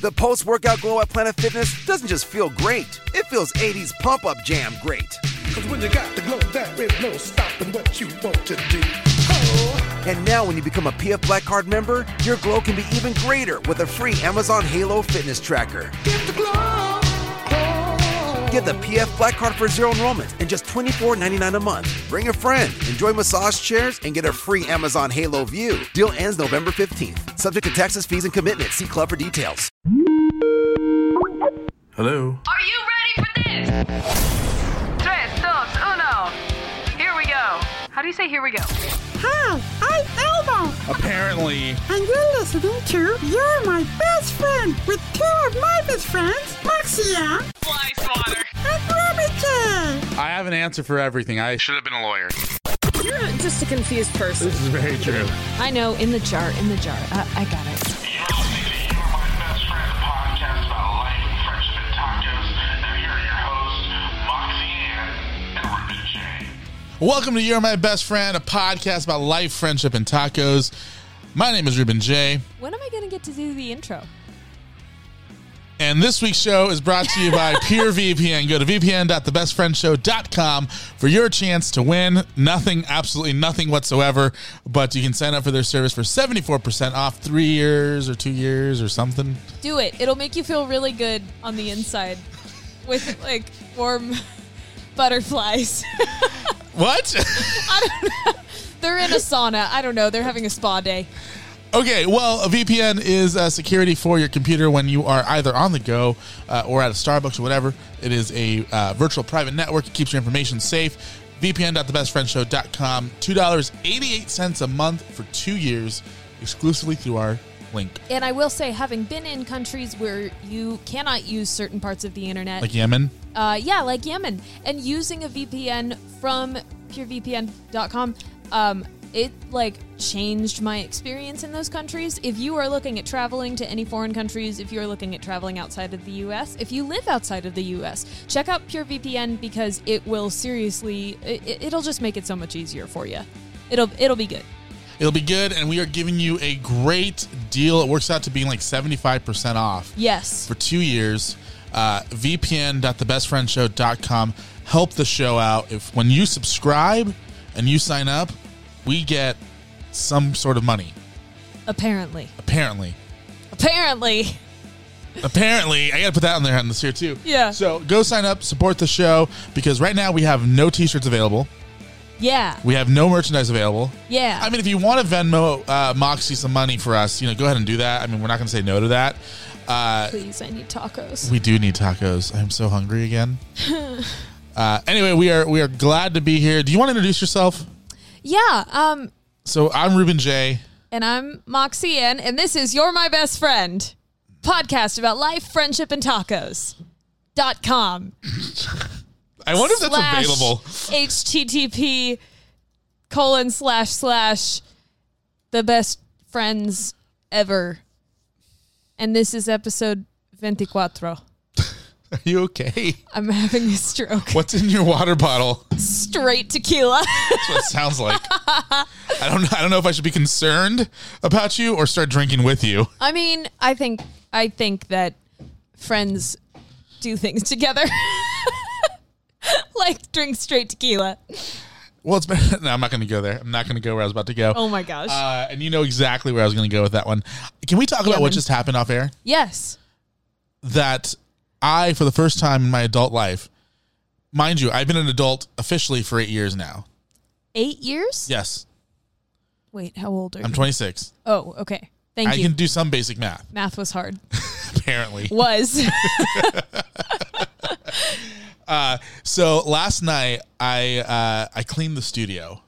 The post workout glow at Planet Fitness doesn't just feel great, it feels 80s pump up jam great. Cause when you got the glow, there is no stopping what you want to do. Oh, And now, when you become a PF Black Card member, your glow can be even greater with a free Amazon Halo fitness tracker. get the glow. Oh, Get the PF Black Card for zero enrollment and just $24.99 a month. Bring a friend, enjoy massage chairs, and get a free Amazon Halo View. Deal ends November 15th. Subject to taxes, fees, and commitment. See Club for details. Hello. Are you ready for this? Tres, dos, uno. Here we go. How do you say here we go? Hi, I'm Elmo, Apparently, and you're listening to You're My Best Friend with two of my best friends, Moxia Fly swatter. and Robbie J. I have an answer for everything. I should have been a lawyer. You're just a confused person. This is very true. I know, in the jar, in the jar. Uh, I got it. You're listening to You're My Best Friend podcast about life, friendship, and tacos. Now here are your hosts, Moxie Ann and Ruby J. Welcome to You're My Best Friend, a podcast about life, friendship, and tacos. My name is Ruben J, When am I going to get to do the intro? and this week's show is brought to you by PureVPN. Go to vpn.thebestfriendshow.com for your chance to win nothing, absolutely nothing whatsoever, but you can sign up for their service for 74% off three years or two years or something. Do it. It'll make you feel really good on the inside with like warm butterflies. What? They're in a sauna. I don't know. They're having a spa day. Okay, well, a VPN is uh, security for your computer when you are either on the go uh, or at a Starbucks or whatever. It is a uh, virtual private network. It keeps your information safe. VPN.thebestfriendshow.com. $2.88 a month for two years exclusively through our link. And I will say, having been in countries where you cannot use certain parts of the internet, Like Yemen. uh, yeah, like Yemen, and using a VPN from purevpn.com, um, it like changed my experience in those countries. If you are looking at traveling to any foreign countries, if you are looking at traveling outside of the U.S., if you live outside of the U.S., check out PureVPN because it will seriously, it, it'll just make it so much easier for you. It'll it'll be good. It'll be good, and we are giving you a great deal. It works out to being like 75% off. Yes, for two years. Uh, VPN.thebestfriendshow.com. Help the show out. If when you subscribe and you sign up, we get some sort of money. apparently, Apparently, apparently. apparently, I got to put that on there on this here too. Yeah. So go sign up, support the show because right now we have no T-shirts available. Yeah, We have no merchandise available. yeah. I mean, if you want to Venmo uh, Moxie some money for us, you know, go ahead and do that. I mean, we're not going to say no to that. Uh, Please, I need tacos. We do need tacos. I'm so hungry again. uh, anyway, we are we are glad to be here. Do you want to introduce yourself? Yeah. Um, So I'm Ruben J. And I'm Moxie Ann, and this is You're My Best Friend podcast about life, friendship, and tacos. Dot com. I wonder if that's slash available. HTTP colon slash slash the best friends ever. And this is episode 24. Are you okay? I'm having a stroke. What's in your water bottle? Straight tequila. That's what it sounds like. I don't I don't know if I should be concerned about you or start drinking with you. I mean, I think I think that friends do things together. like drink straight tequila. Well, it's been, no, I'm not going to go there. I'm not going to go where I was about to go. Oh my gosh. Uh, and you know exactly where I was going to go with that one. Can we talk about Yemen. what just happened off air? yes. that I, for the first time in my adult life, mind you, I've been an adult officially for eight years now. Eight years? Yes, Wait, how old are I'm you? 26. Oh, okay. Thank I you. can do some basic math, Math was hard. apparently. Was. So last night, I uh, I cleaned the studio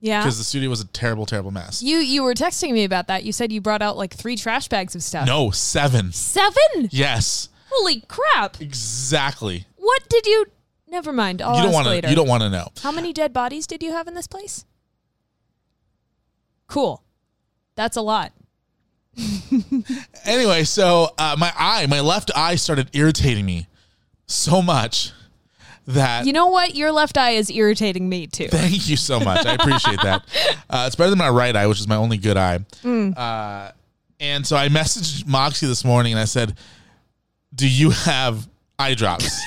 yeah. because the studio was a terrible, terrible mess. You you were texting me about that. You said you brought out like three trash bags of stuff. No, seven. Seven? Yes, Holy crap. exactly. What did you never mind. I'll you don't ask want later. to. You don't want to know. How many dead bodies did you have in this place? Cool. That's a lot. Anyway, so uh, my eye, my left eye, started irritating me so much that You know what? Your left eye is irritating me too. Thank you so much. I appreciate that. Uh, it's better than my right eye, which is my only good eye. Uh, And so I messaged Moxie this morning and I said, Do you have eye drops?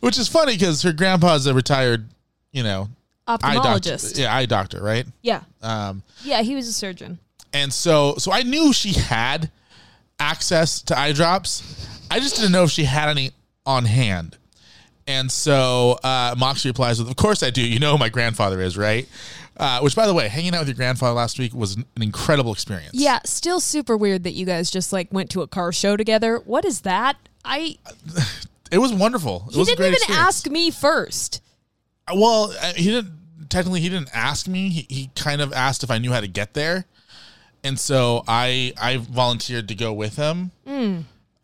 Which is funny because her grandpa's a retired, you know, eye doctor. Ophthalmologist. Yeah, eye doctor, right? yeah. Um, Yeah, he was a surgeon. and so, so I knew she had access to eye drops. I just didn't know if she had any on hand. And so uh, Moxie replies with, "Of course I do. You know who my grandfather is, right?" Uh, which, by the way, hanging out with your grandfather last week was an incredible experience. Yeah, still super weird that you guys just like went to a car show together. What is that? I it was wonderful. It he was a didn't great even experience. ask me first. Well, uh, he didn't. Technically, he didn't ask me. He, he kind of asked if I knew how to get there, and so I I volunteered to go with him.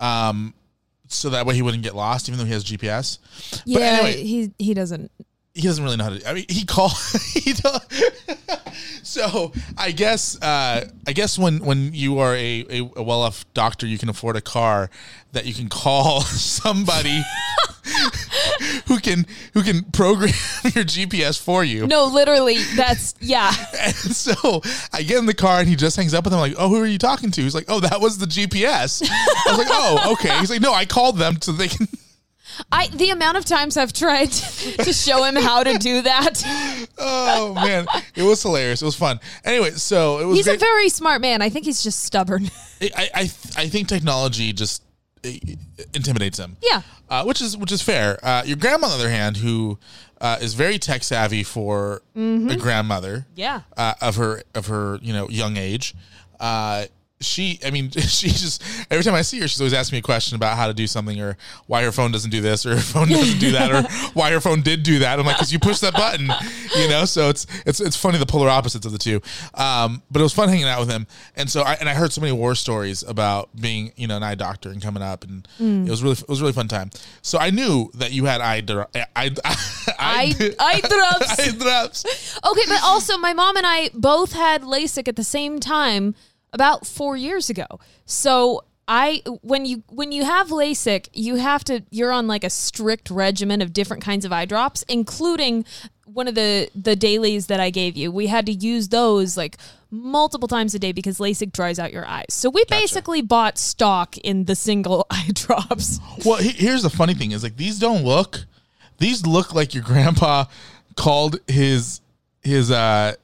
Um, so that way he wouldn't get lost, even though he has GPS. Yeah, anyway- he he doesn't. He doesn't really know how to. I mean, he called. he don't- so I guess uh, I guess when when you are a, a, a well off doctor, you can afford a car that you can call somebody. Who can who can program your GPS for you? No, literally, that's yeah. And so I get in the car and he just hangs up with him. like, oh, who are you talking to? He's like, oh, that was the GPS. I was like, oh, okay. He's like, no, I called them so they can. I the amount of times I've tried to show him how to do that. Oh man, it was hilarious. It was fun. Anyway, so it was. He's a great. very smart man. I think he's just stubborn. I, I I think technology just eh, intimidates him. Yeah. uh, which is which is fair. Uh, your grandma, on the other hand, who uh, is very tech savvy for a grandmother. Mm-hmm. Yeah. uh, of her of her you know young age. Uh, she, I mean, she just every time I see her, she's always asking me a question about how to do something or why her phone doesn't do this or her phone doesn't do that or why her phone did do that. I'm like, because you push that button, you know. So it's it's it's funny the polar opposites of the two. Um, but it was fun hanging out with him, and so I and I heard so many war stories about being you know an eye doctor and coming up, and Mm. it was really it was a really fun time. So I knew that you had eye dro- eye eye Eye- eye drops. eye drops. Okay, but also my mom and I both had LASIK at the same time about 4 years ago. So I when you when you have LASIK, you have to you're on like a strict regimen of different kinds of eye drops including one of the the dailies that I gave you. We had to use those like multiple times a day because LASIK dries out your eyes. So we basically bought stock in the single eye drops. Well, he, here's the funny thing is like these don't look. These look like your grandpa called his his uh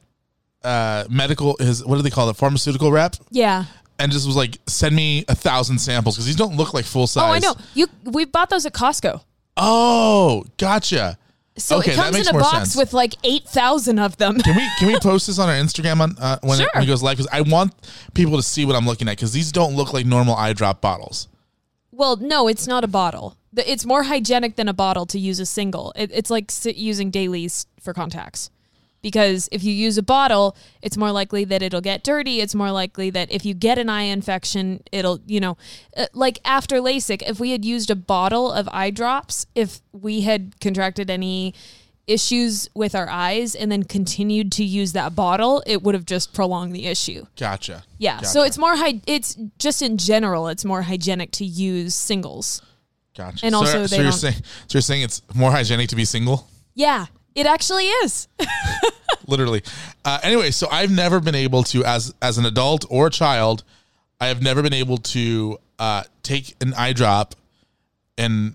uh medical his what do they call it pharmaceutical rep Yeah. and just was like send me a thousand samples because these don't look like full size. Oh, I know. You we bought those at Costco. Oh, gotcha. So Okay, it that comes in makes a more box sense. with like 8,000 of them. Can we can we post this on our Instagram on uh, when, it, when it Sure. goes live? Because I want people to see what I'm looking at because these don't look like normal eye drop bottles. Well, no, it's not a bottle. The- It's more hygienic than a bottle to use a single. It, it's like s- using dailies for contacts. Because if you use a bottle, it's more likely that it'll get dirty. It's more likely that if you get an eye infection, it'll, you know, uh, like after LASIK, if we had used a bottle of eye drops, if we had contracted any issues with our eyes and then continued to use that bottle, it would have just prolonged the issue. Gotcha. Yeah. Gotcha. So it's more hy- it's just in general, it's more hygienic to use singles. gotcha. and So- also so they you're don't- saying so you're saying it's more hygienic to be single. Yeah, it actually is. literally. Uh, anyway, so I've never been able to, as as an adult or a child, I have never been able to uh, take an eye drop and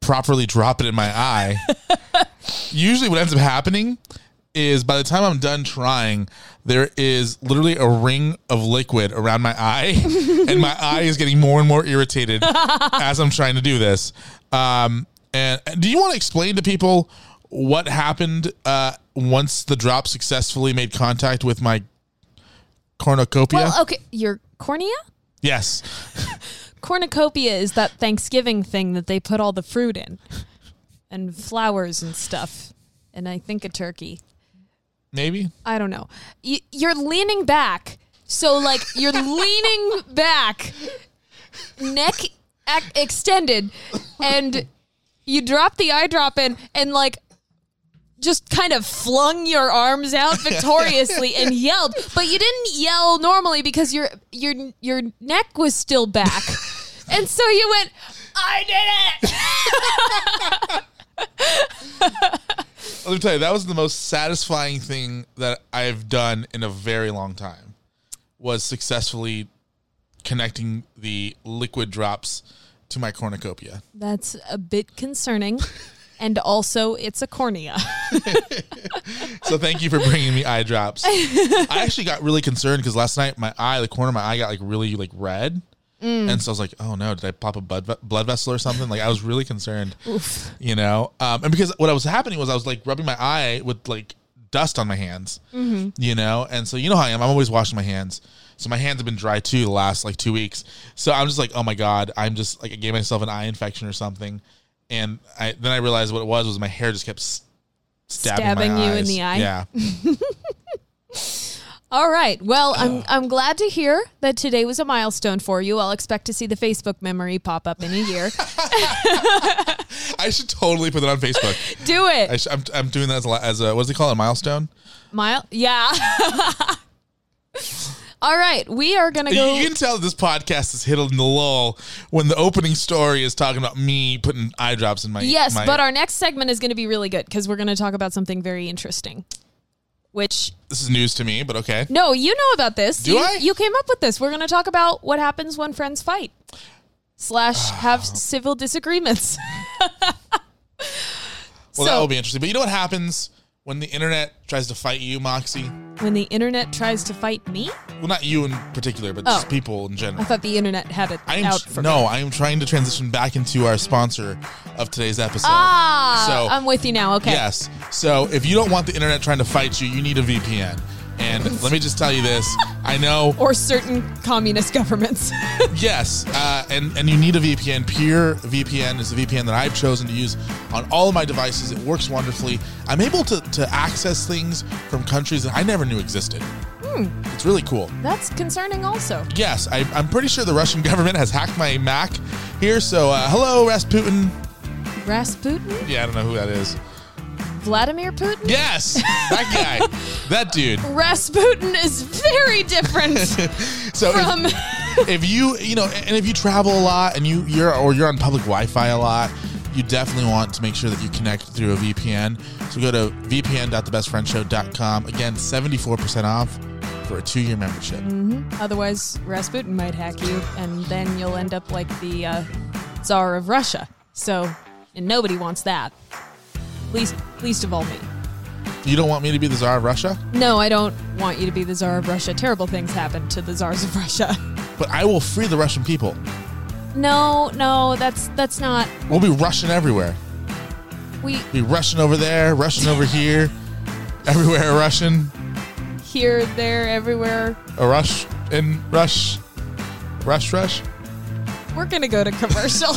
properly drop it in my eye. Usually, what ends up happening is by the time I'm done trying, there is literally a ring of liquid around my eye, and my eye is getting more and more irritated as I'm trying to do this. Um, and and do you want to explain to people what happened uh, once the drop successfully made contact with my cornucopia? Well, uh, okay, your cornea? yes. Cornucopia is that Thanksgiving thing that they put all the fruit in and flowers and stuff. And I think a turkey. Maybe. I don't know. Y- you're leaning back. So, like, you're leaning back, neck ac- extended, and you drop the eye drop in and, like, just kind of flung your arms out victoriously and yelled, but you didn't yell normally because your your your neck was still back, and so you went, "I did it!" Let me tell you, that was the most satisfying thing that I've done in a very long time. Was successfully connecting the liquid drops to my cornucopia. That's a bit concerning. and also, it's a cornea. So thank you for bringing me eye drops. I actually got really concerned because last night my eye, the corner of my eye, got like really like red. Mm. And so I was like, "Oh no! Did I pop a blood, ve- blood vessel or something?" Like I was really concerned, you know. Um, and because what was happening was I was like rubbing my eye with like dust on my hands, Mm-hmm. you know. And so you know how I am. I'm always washing my hands, so my hands have been dry too the last like two weeks. So I'm just like, "Oh my god!" I'm just like I gave myself an eye infection or something. And I then I realized what it was was my hair just kept s- stabbing, my Stabbing you in eyes. the eye? Yeah. All right. Well, Uh. I'm I'm glad to hear that today was a milestone for you. I'll expect to see the Facebook memory pop up in a year. I should totally put that on Facebook. Do I it. should, I'm, I'm doing that as a, as a what's it called a milestone. Mile. Yeah. All right. We are going to You, go you can tell this podcast is hitting the lull when the opening story is talking about me putting eye drops in my Yes, my- but our next segment is going to be really good because we're going to talk about something very interesting. Which this is news to me. But okay, no, you know about this. Do you, I? you came up with this. We're going to talk about what happens when friends fight slash have Ah. civil disagreements. well that so- will be interesting. But you know what happens when the internet tries to fight you, Moxie? when the internet tries to fight me, Well, not you in particular, but Oh. just people in I general. thought the internet had it I am out tr- for me. no, I am trying to transition back into our sponsor of today's episode. Ah, So- I'm with you now. Okay. Yes. So if you don't want the internet trying to fight you, you need a VPN. And let me just tell you this: I know Or certain communist governments. Yes, uh, and and you need a VPN. Pure VPN is the VPN that I've chosen to use on all of my devices. It works wonderfully. I'm able to to access things from countries that I never knew existed. It's really cool. That's concerning, also. Yes, I, I'm pretty sure the Russian government has hacked my Mac here. So uh, hello, Rasputin. Rasputin, Yeah, I don't know who that is. Vladimir Putin. Yes, that guy, that dude. Rasputin is very different So if- from. if you you know and if you travel a lot and you you're or you're on public wi-fi a lot you definitely want to make sure that you connect through a vpn so go to vpn.thebestfriendshow.com again 74% off for a two-year membership Otherwise, Rasputin might hack you, and then you'll end up like the uh, Tsar of Russia. So, and nobody wants that. Least, least of all me. you don't want me to be the czar of russia No, I don't want you to be the Tsar of Russia. Terrible things happen to the Tsars of Russia. but i will free the russian people No, no, that's that's not. we'll be russian everywhere We be russian over there russian over here everywhere russian here, there, everywhere. a rush in rush rush rush We're gonna go to commercial.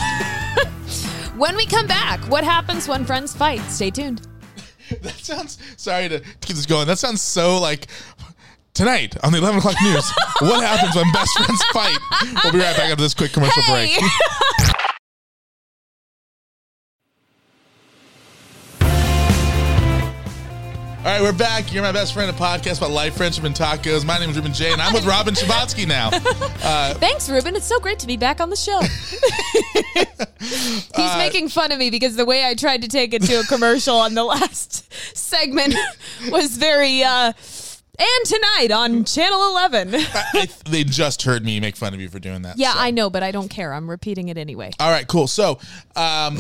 when we come back, what happens when friends fight? Stay tuned. That sounds. Sorry to keep this going. That sounds so like tonight on the eleven o'clock news. what happens when best friends fight? We'll be right back after this quick commercial Hey! break. All right, we're back. You're my best friend, a podcast about life, friendship, and tacos. My name is Ruben J, and I'm with Robin Shabotsky now. Thanks, Ruben. It's so great to be back on the show. He's making fun of me because the way I tried to take it to a commercial on the last segment was very. Uh, and tonight on Channel 11. I, they just heard me make fun of you for doing that. Yeah, so. I know, but I don't care. I'm repeating it anyway. All right, cool. So, um,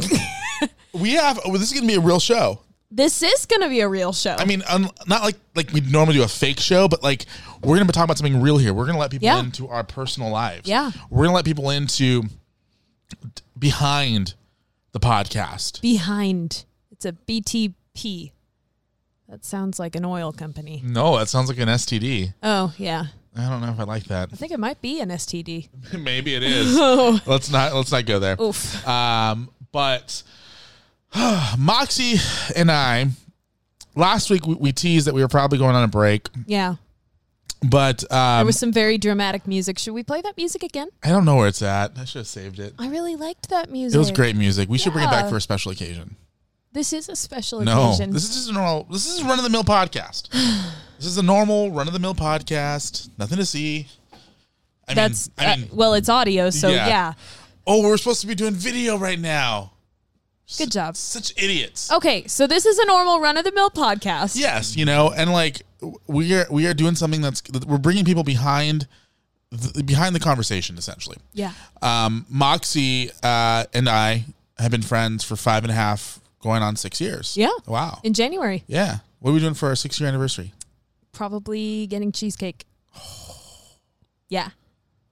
we have. Well, this is going to be a real show. This is going to be a real show. I mean, un- not like like we normally do a fake show, but like we're gonna be talking about something real here. We're gonna let people Yeah. into our personal lives. Yeah. we're gonna let people into t- behind the podcast. behind. It's a BTP. That sounds like an oil company. no, that sounds like an STD. Oh, yeah. I don't know if I like that. I think it might be an STD. Maybe it is. Let's not let's not go there. Oof. Um, but Moxie and I last week we, we teased that we were probably going on a break, Yeah. but um, There was some very dramatic music. Should we play that music again? I don't know where it's at. I should have saved it. I really liked that music. It was great music. We should bring it back Yeah. for a special occasion. This is a special No, occasion. this is just a normal. This is run of the mill podcast. this is a normal run of the mill podcast. Nothing to see. I That's mean, I mean, uh, well, it's audio, so Yeah. yeah. oh, we're supposed to be doing video right now. Good job. Such idiots. Okay, so this is a normal run of the mill podcast. Yes, you know, and like we are we are doing something that's that we're bringing people behind th- behind the conversation essentially. Yeah. Um, Moxie uh, and I have been friends for five and a half, going on six years. Yeah. Wow. In January, yeah. What are we doing for our six year anniversary? probably getting cheesecake. Yeah.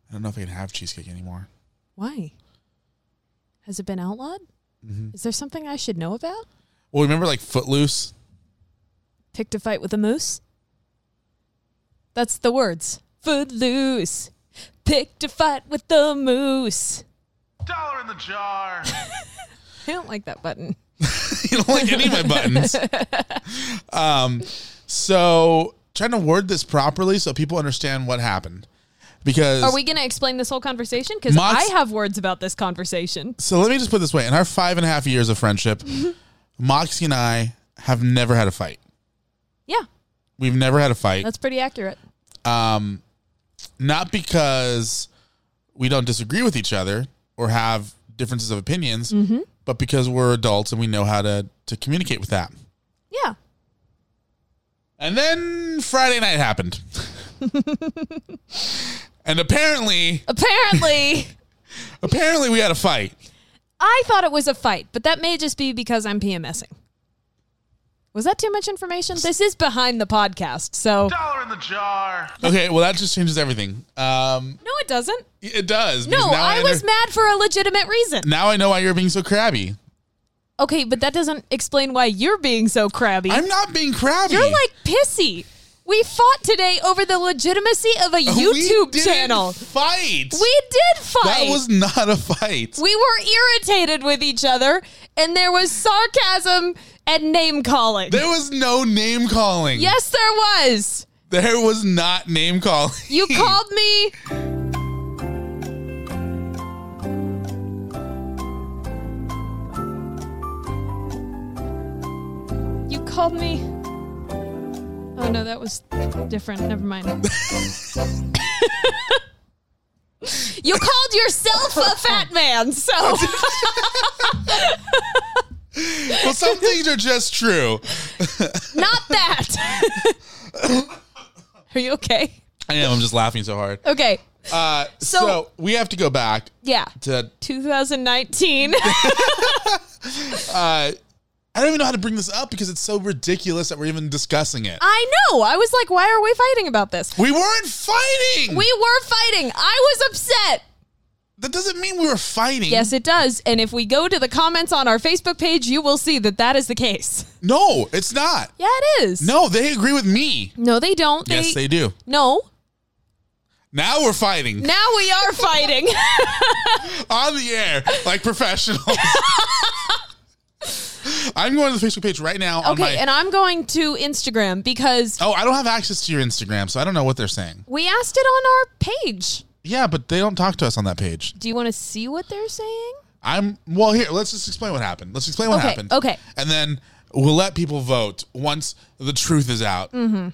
I don't know if I can have cheesecake anymore. Why? Has it been outlawed? Is there something I should know about? Well, remember like Footloose? Picked a fight with a moose? That's the words. Food loose. Picked a fight with the moose. Dollar in the jar. I don't like that button. you don't like any of my buttons. um, so trying to word this properly so people understand what happened because Are we going to explain this whole conversation? Because Mox- I have words about this conversation. So let me just put it this way: in our five and a half years of friendship, Moxie and I have never had a fight. Yeah, We've never had a fight. that's pretty accurate. Um, not because we don't disagree with each other or have differences of opinions, Mm-hmm. but because we're adults and we know how to to communicate with that. Yeah. And then Friday night happened, and apparently, Apparently, apparently we had a fight. I thought it was a fight, but that may just be because I'm PMSing. Was that too much information? This is behind the podcast, so. Dollar in the jar. Okay, well that just changes everything. Um, No, it doesn't. it does. because No, now I was under- mad for a legitimate reason. Now I know why you're being so crabby. Okay, but that doesn't explain why you're being so crabby. I'm not being crabby. you're like pissy. We fought today over the legitimacy of a We YouTube didn't channel. Fight. We did fight. that was not a fight. we were irritated with each other, and there was sarcasm and name calling. there was no name calling. yes, there was. There was not name calling. You called me. You called me. Oh no, that was different. Never mind. you called yourself a fat man, so Well, some things are just true. not that. Are you okay? I am. I'm just laughing so hard. Okay. Uh, so, So- we have to go back Yeah. to. 2019. I don't even know how to bring this up because it's so ridiculous that we're even discussing it. I know. I was like, why are we fighting about this? we weren't fighting. We were fighting. I was upset. that doesn't mean we were fighting. Yes, it does. And if we go to the comments on our Facebook page, you will see that that is the case. No, it's not. Yeah, it is. No, they agree with me. No, they don't. They, yes, they do. No. Now we're fighting. Now we are fighting. on the air like professionals. I'm going to the Facebook page right now. on Oh, my, okay, and I'm going to Instagram because oh, I don't have access to your Instagram, so I don't know what they're saying. we asked it on our page. Yeah, but they don't talk to us on that page. Do you want to see what they're saying? I'm well here. Let's just explain what happened. Let's explain what Okay, happened. okay. and then we'll let people vote once the truth is Mm. out.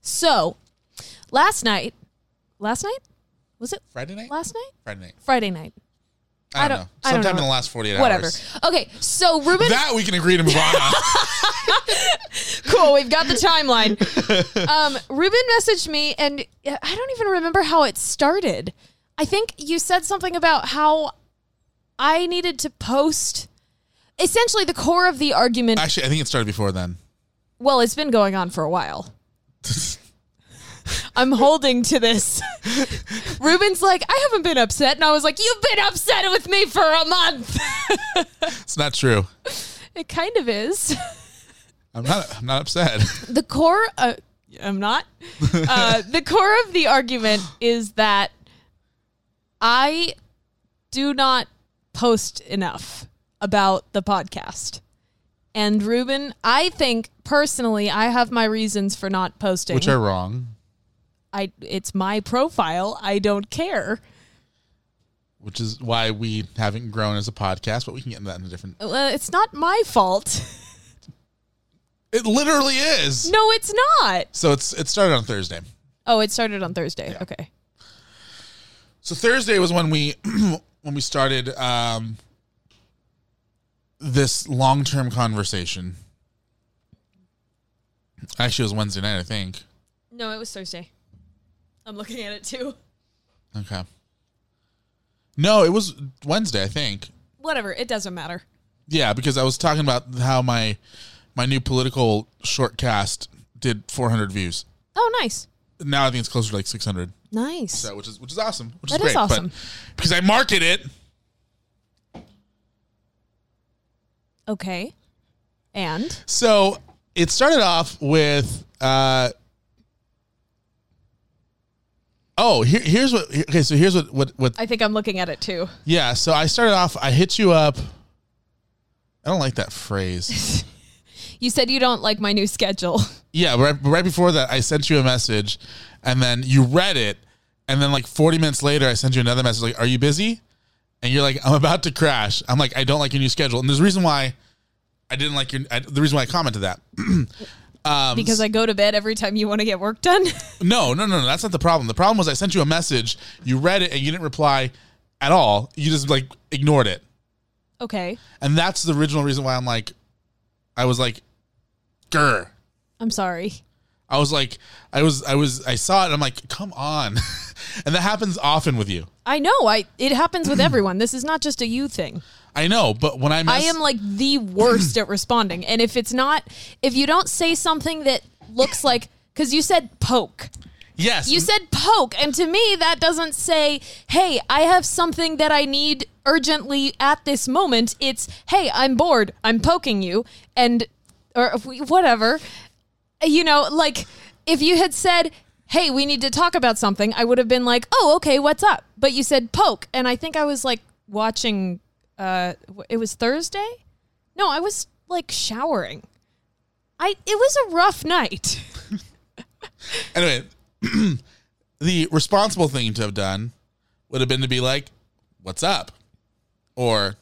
So, last night, last night? Was it Friday night. last night? Friday night. Friday night. I don't, I don't- know. I don't Sometime know. in the last 48 Whatever. hours. Okay, so Ruben That we can agree to move on. Uh, on. cool. We've got the timeline. Um, Ruben messaged me, and I don't even remember how it started. I think you said something about how I needed to post essentially the core of the argument. Actually, I think it started before then. well, it's been going on for a while. I'm holding to this. Ruben's like, I haven't been upset. And I was like, You've been upset with me for a month. It's not true. it kind of is. I'm not. I'm not upset. the core uh, i'm not uh, the core of the argument is that i do not post enough about the podcast and ruben i think personally i have my reasons for not posting Which are wrong. i it's my profile i don't care which is why we haven't grown as a podcast, but we can get into that in a different. uh, it's not my fault It literally is. no it's not So it's it started on Thursday. oh it started on thursday okay So Thursday was when we when we started um, this long term conversation. Actually, it was Wednesday night, I think. no it was thursday I'm looking at it too. Okay. No, it was Wednesday, I think. Whatever, it doesn't matter. Yeah, because I was talking about how my my new political shortcast did 400 views. Oh, nice, Now I think it's closer to like 600, nice. so, which is which is awesome, which That is is great. but- awesome. because I market it. okay, and So it started off with. Uh, oh, here, here's what. here- Okay, so here's what what what. I think I'm looking at it too. Yeah, so I started off. I hit you up. I don't like that phrase. You said you don't like my new schedule. Yeah, right, right before that, I sent you a message, and then you read it, and then like 40 minutes later, I sent you another message like, "Are you busy?" And you're like, "I'm about to crash." I'm like, "I don't like your new schedule," and there's a reason why I didn't like your. I, the reason why I commented that. um, because I go to bed every time you want to get work done. no, no, no, no, that's not the problem. The problem was I sent you a message, you read it, and you didn't reply at all. You just like ignored it, okay, and that's the original reason why I'm like, I was like, "Grr." I'm sorry. I was like, I was, I was, I saw it. And I'm like, come on, and that happens often with you. I know. I it happens with everyone. This is not just a you thing. I know, but when I, mess, I am like the worst at responding. And if it's not, if you don't say something that looks like, because you said poke, yes, you said poke, and to me that doesn't say, hey, I have something that I need urgently at this moment. It's, hey, I'm bored, I'm poking you, and or if we- whatever. You know, like if you had said. Hey, we need to talk about something. I would have been like, "Oh, okay, what's up?" But you said poke, and I think I was like watching. Uh, w- it was Thursday. No, I was like showering. I it was a rough night. anyway, the responsible thing to have done would have been to be like, "What's up?" or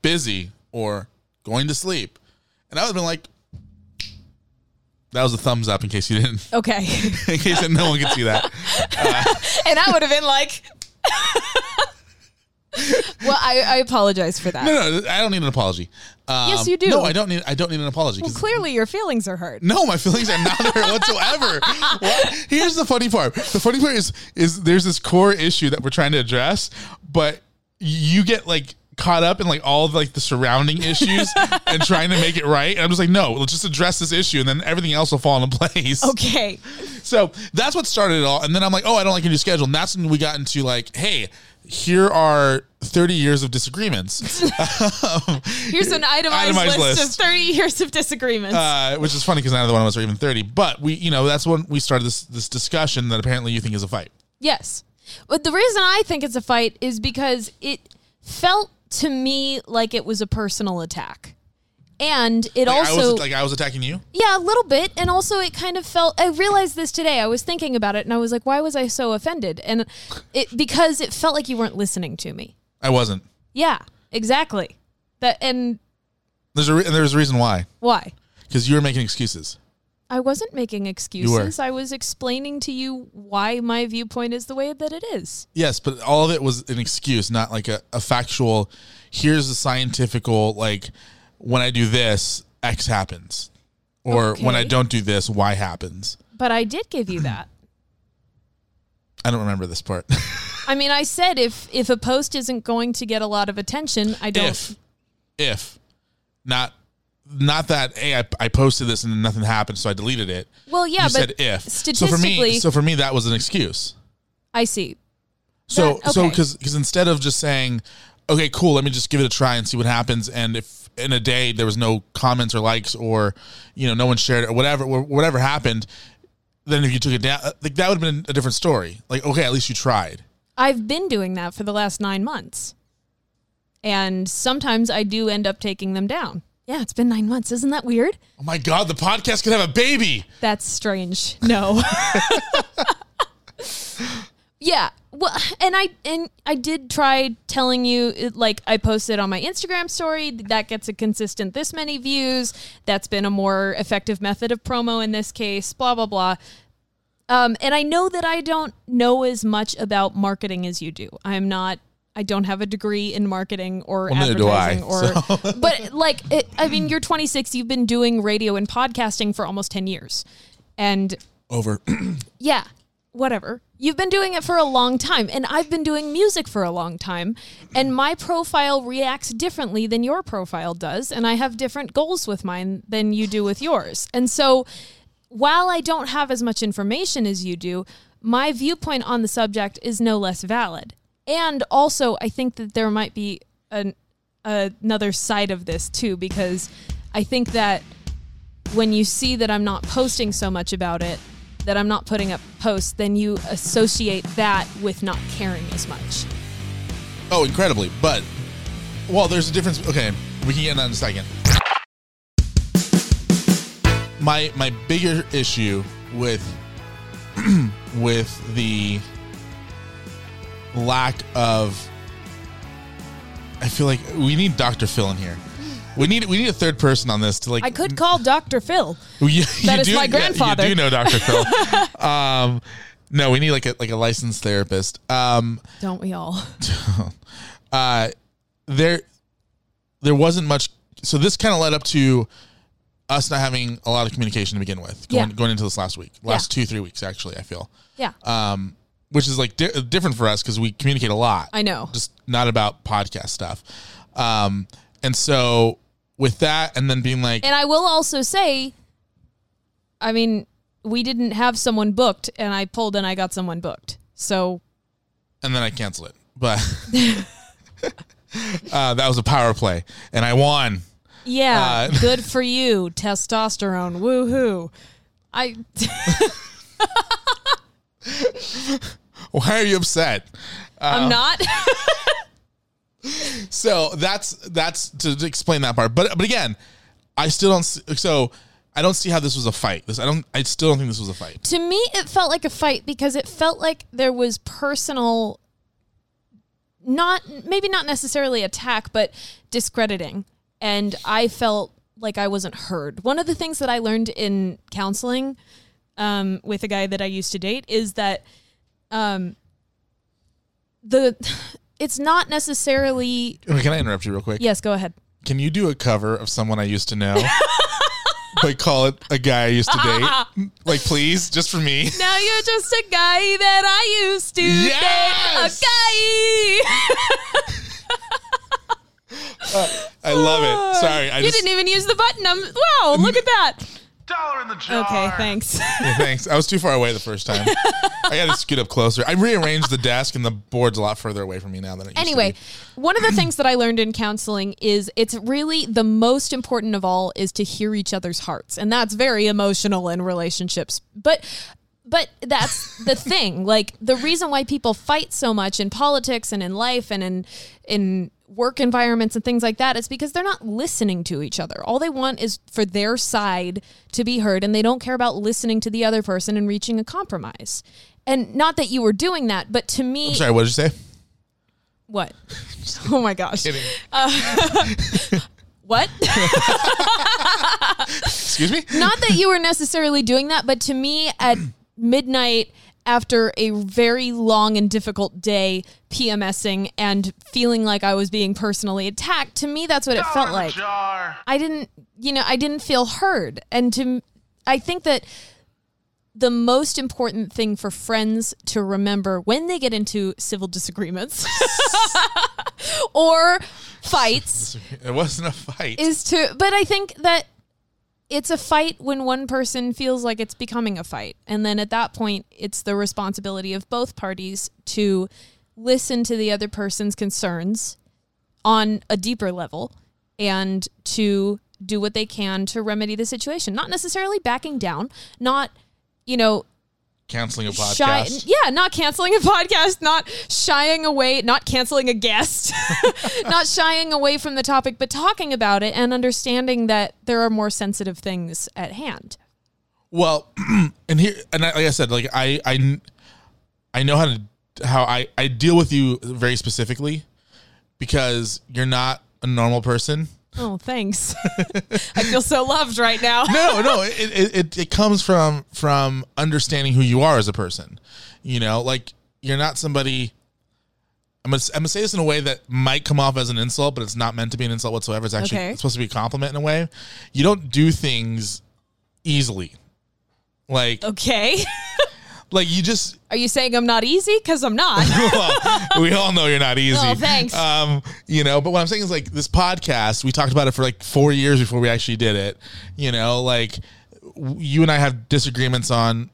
"Busy" or "Going to sleep," and I would have been like, "That was a thumbs up." In case you didn't, Okay, in case no one could see that. and I would have been like, "Well, I, I apologize for that." No, no, I don't need an apology. Um, Yes, you do. No, I don't need. I don't need an apology. Well, 'cause clearly your feelings are hurt. No, my feelings are not hurt whatsoever. What? Here's the funny part. The funny part is is there's this core issue that we're trying to address, but you get like caught up in like all of, like the surrounding issues and trying to make it right. And I'm just like, no, let's just address this issue and then everything else will fall into place. Okay, So that's what started it all. And then I'm like, oh, I don't like your new schedule. And that's when we got into like, hey, here are 30 years of disagreements, here's an itemized, Itemized list, list. of 30 years of disagreements. uh, which is funny because neither one of us are even 30. But we, you know, that's when we started this this discussion that apparently you think is a fight. Yes. But the reason I think it's a fight is because it felt to me like it was a personal attack. And it Like, also I was like I was attacking you. Yeah, a little bit. And also, it kind of felt. I realized this today. I was thinking about it and I was like, why was I so offended? And it because it felt like you weren't listening to me. I wasn't. Yeah, exactly. That And There's a re- and there's a reason why why? because you were making excuses. I wasn't making were. excuses. I was explaining to you why my viewpoint is the way that it is. Yes, but all of it was an excuse, not like a, a factual. Here's the scientifical like when I do this, X happens, or when I Okay. don't do this, Y happens. But I did give you that. I don't remember this part. I mean, I said if if a post isn't going to get a lot of attention, I don't. if if not not that hey I, I posted this and nothing happened so I deleted it. Well, yeah, but you said if so for me statistically- so for me that was an excuse. I see. So That- so okay. because because instead of just saying okay cool let me just give it a try and see what happens and if in a day there was no comments or likes or you know no one shared it or whatever wh- whatever happened then if you took it down uh, like that would have been a different story like okay at least you tried I've been doing that for the last nine months. And sometimes I do end up taking them down. Yeah, it's been nine months. Isn't that weird? oh my god the podcast could have a baby That's strange. No. yeah. Well, and I and I did try telling you it- like I posted on my Instagram story that gets a consistent this many views. That's been a more effective method of promo in this case. Blah blah blah. Um, and I know that I don't know as much about marketing as you do. I'm not. I don't have a degree in marketing or Well, neither do I, advertising or. but like, it, I mean, you're 26. You've been doing radio and podcasting for almost 10 years, and over yeah. whatever. You've been doing it for a long time, and I've been doing music for a long time, and my profile reacts differently than your profile does, and I have different goals with mine than you do with yours. And so, while I don't have as much information as you do, my viewpoint on the subject is no less valid. And also, I think that there might be an, another side of this too, because I think that when you see that I'm not posting so much about it, that I'm not putting up posts, then you associate that with not caring as much. Oh, incredibly. But, well, there's a difference. Okay, we can get into that in a second. My my bigger issue with with the lack of I feel like we need Dr. Phil in here. We need we need a third person on this to like I could call Dr. Phil. well, you, That you is my yeah, grandfather. you do know Dr. Phil. um, no, we need like a like a licensed therapist. Um, Don't we all? uh, there there wasn't much. So this kind of led up to us not having a lot of communication to begin with. Going, Yeah. going into this last week, last two three weeks actually, I feel. Yeah. Um, which is like di- different for us because we communicate a lot. I know. just not about podcast stuff. Um, and so with that, and then being like, And I will also say, I mean, we didn't have someone booked, and I pulled and I got someone booked. So and then I cancel it. But uh, that was a power play, and I won. yeah, Uh, good for you, testosterone. Woohoo! I Why are you upset? I'm not. So that's that's to to explain that part. But but again, I still don't. See, so I don't see how this was a fight. This I don't. I still don't think this was a fight. to me, it felt like a fight because it felt like there was personal, not maybe not necessarily attack, but discrediting. And I felt like I wasn't heard. One of the things that I learned in counseling um, with a guy that I used to date is that um, the it's not necessarily Can I interrupt you real quick? yes. Go ahead. Can you do a cover of someone I used to know? but call it a guy I used to date. like please, just for me. Now you're just a guy that I used to Yes! date. A guy. I love it. Sorry, I you just didn't even use the button. I'm, wow, look at that. Dollar in the jar. Okay, thanks. Yeah, thanks. I was too far away the first time. I got to scoot up closer. I rearranged the desk and the board's a lot further away from me now than it used anyway, to be. one of the things that I learned in counseling is it's really the most important of all is to hear each other's hearts. And that's very emotional in relationships. But but that's the thing. Like the reason why people fight so much in politics and in life and in in work environments and things like that is because they're not listening to each other. All they want is for their side to be heard and they don't care about listening to the other person and reaching a compromise. And not that you were doing that, but to me I'm sorry, what did you say? what? Oh my gosh. Kidding. What? Excuse me? Not that you were necessarily doing that, but to me, at midnight, after a very long and difficult day PMSing and feeling like I was being personally attacked, to me, that's what it felt like. Jar. I didn't, you know, I didn't feel heard. And to, I think that the most important thing for friends to remember when they get into civil disagreements or fights It wasn't a fight. is to but i think that it's a fight when one person feels like it's becoming a fight and then at that point it's the responsibility of both parties to listen to the other person's concerns on a deeper level and to do what they can to remedy the situation not necessarily backing down not you know Canceling a podcast. shy yeah not canceling a podcast not shying away not canceling a guest not shying away from the topic but talking about it and understanding that there are more sensitive things at hand Well, and here, and I, like I said, like I, I, I know how to how I I deal with you very specifically because you're not a normal person. oh thanks i feel so loved right now No, no, it it, it it comes from from understanding who you are as a person. You know, like you're not somebody. I'm gonna, s- I'm gonna say this in a way that might come off as an insult, but it's not meant to be an insult whatsoever. It's actually Okay. it's supposed to be a compliment in a way. Oh. You don't do things easily. Like okay Like you just Are you saying I'm not easy? Because I'm not. well, we all know you're not easy. Oh, thanks. Um, you know, but what I'm saying is like this podcast, we talked about it for like four years before we actually did it. You know, like w- you and I have disagreements on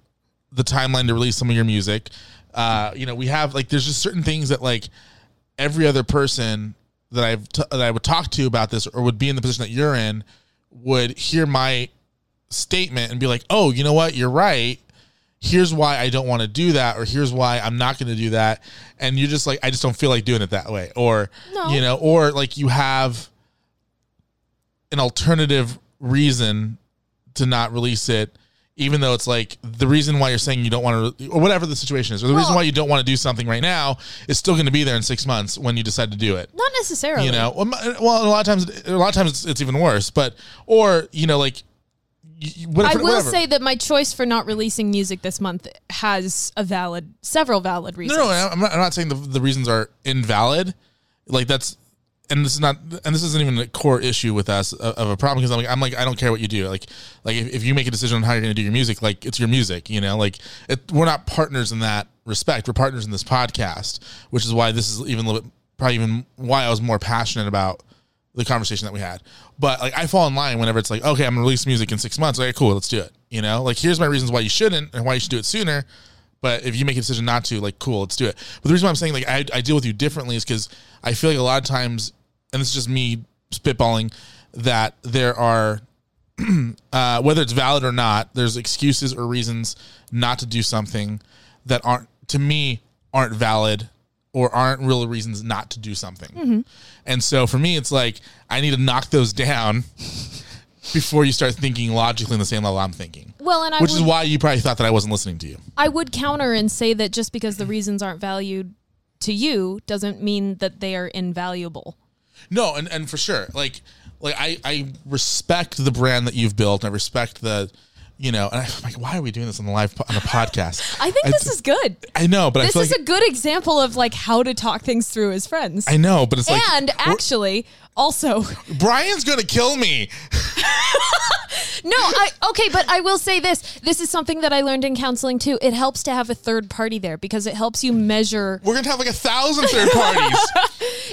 the timeline to release some of your music. Uh, you know, we have like there's just certain things that like every other person that I've t- that I would talk to about this or would be in the position that you're in would hear my statement and be like, "Oh, you know what? You're right. Here's why I don't want to do that, or here's why I'm not going to do that." And you're just like, "I just don't feel like doing it that way," or No. you know, or like you have an alternative reason to not release it. Even though it's like the reason why you're saying you don't want to, or whatever the situation is, or the reason Well- why you don't want to do something right now is still going to be there in six months when you decide to do it. not necessarily. You know, well, m- well, a lot of times, a lot of times, it's, it's even worse. But or you know, like y- y- I whatever. will whatever. say that my choice for not releasing music this month has a valid, several valid no, reasons. no, I'm not, I'm not saying the, the reasons are invalid. Like that's, and this is not, and this isn't even a core issue with us of, of a problem because I'm like, I'm like, I don't care what you do. Like, like if, if you make a decision on how you're going to do your music, like it's your music, you know. Like it, we're not partners in that respect. We're partners in this podcast, which is why this is even a little bit probably even why I was more passionate about the conversation that we had. But like I fall in line whenever it's like, okay, I'm gonna release music in six months. Okay, cool, let's do it. You know, like here's my reasons why you shouldn't and why you should do it sooner. But if you make a decision not to, like, cool, let's do it. But the reason why I'm saying like I, I deal with you differently is because I feel like a lot of times, and this is just me spitballing, that there are uh, whether it's valid or not, there's excuses or reasons not to do something that aren't, to me, aren't valid or aren't real reasons not to do something. Mm-hmm. And so for me, it's like I need to knock those down before you start thinking logically in the same level I'm thinking. Well, and I Which would, is why you probably thought that I wasn't listening to you. I would counter and say that just because the reasons aren't valued to you doesn't mean that they are invaluable. No, and, and for sure, like like I I respect the brand that you've built. I respect the, you know, and I'm like, why are we doing this on the live po- on a podcast? I think this is good. I know, but I This feel is like a good example of like how to talk things through as friends. I know, but it's like and we're- actually, also, Brian's gonna kill me. no, I okay, but I will say this: this is something that I learned in counseling too. It helps to have a third party there because it helps you measure We're gonna have like a thousand third parties.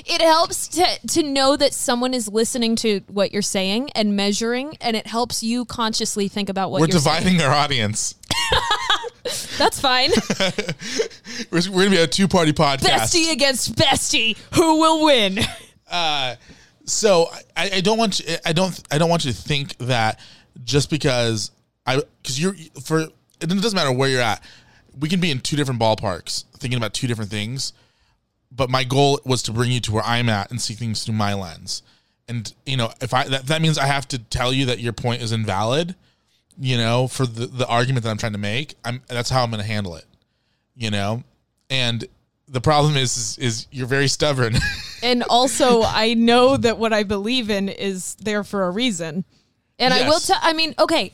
it helps to to know that someone is listening to what you're saying and measuring and it helps you consciously think about what We're you're saying. dividing our audience. That's fine. We're, we're gonna be a two party podcast. bestie against bestie. Who will win? So I, I don't want you, I don't I don't want you to think that just because I because you're for it doesn't matter where you're at. We can be in two different ballparks thinking about two different things. but my goal was to bring you to where I'm at and see things through my lens. And you know, if I that, that means I have to tell you that your point is invalid, you know, for the, the argument that I'm trying to make. I'm that's how I'm going to handle it, you know. And the problem is is, is you're very stubborn. And also, I know that what I believe in is there for a reason. And I will Yes. tell, I mean, okay,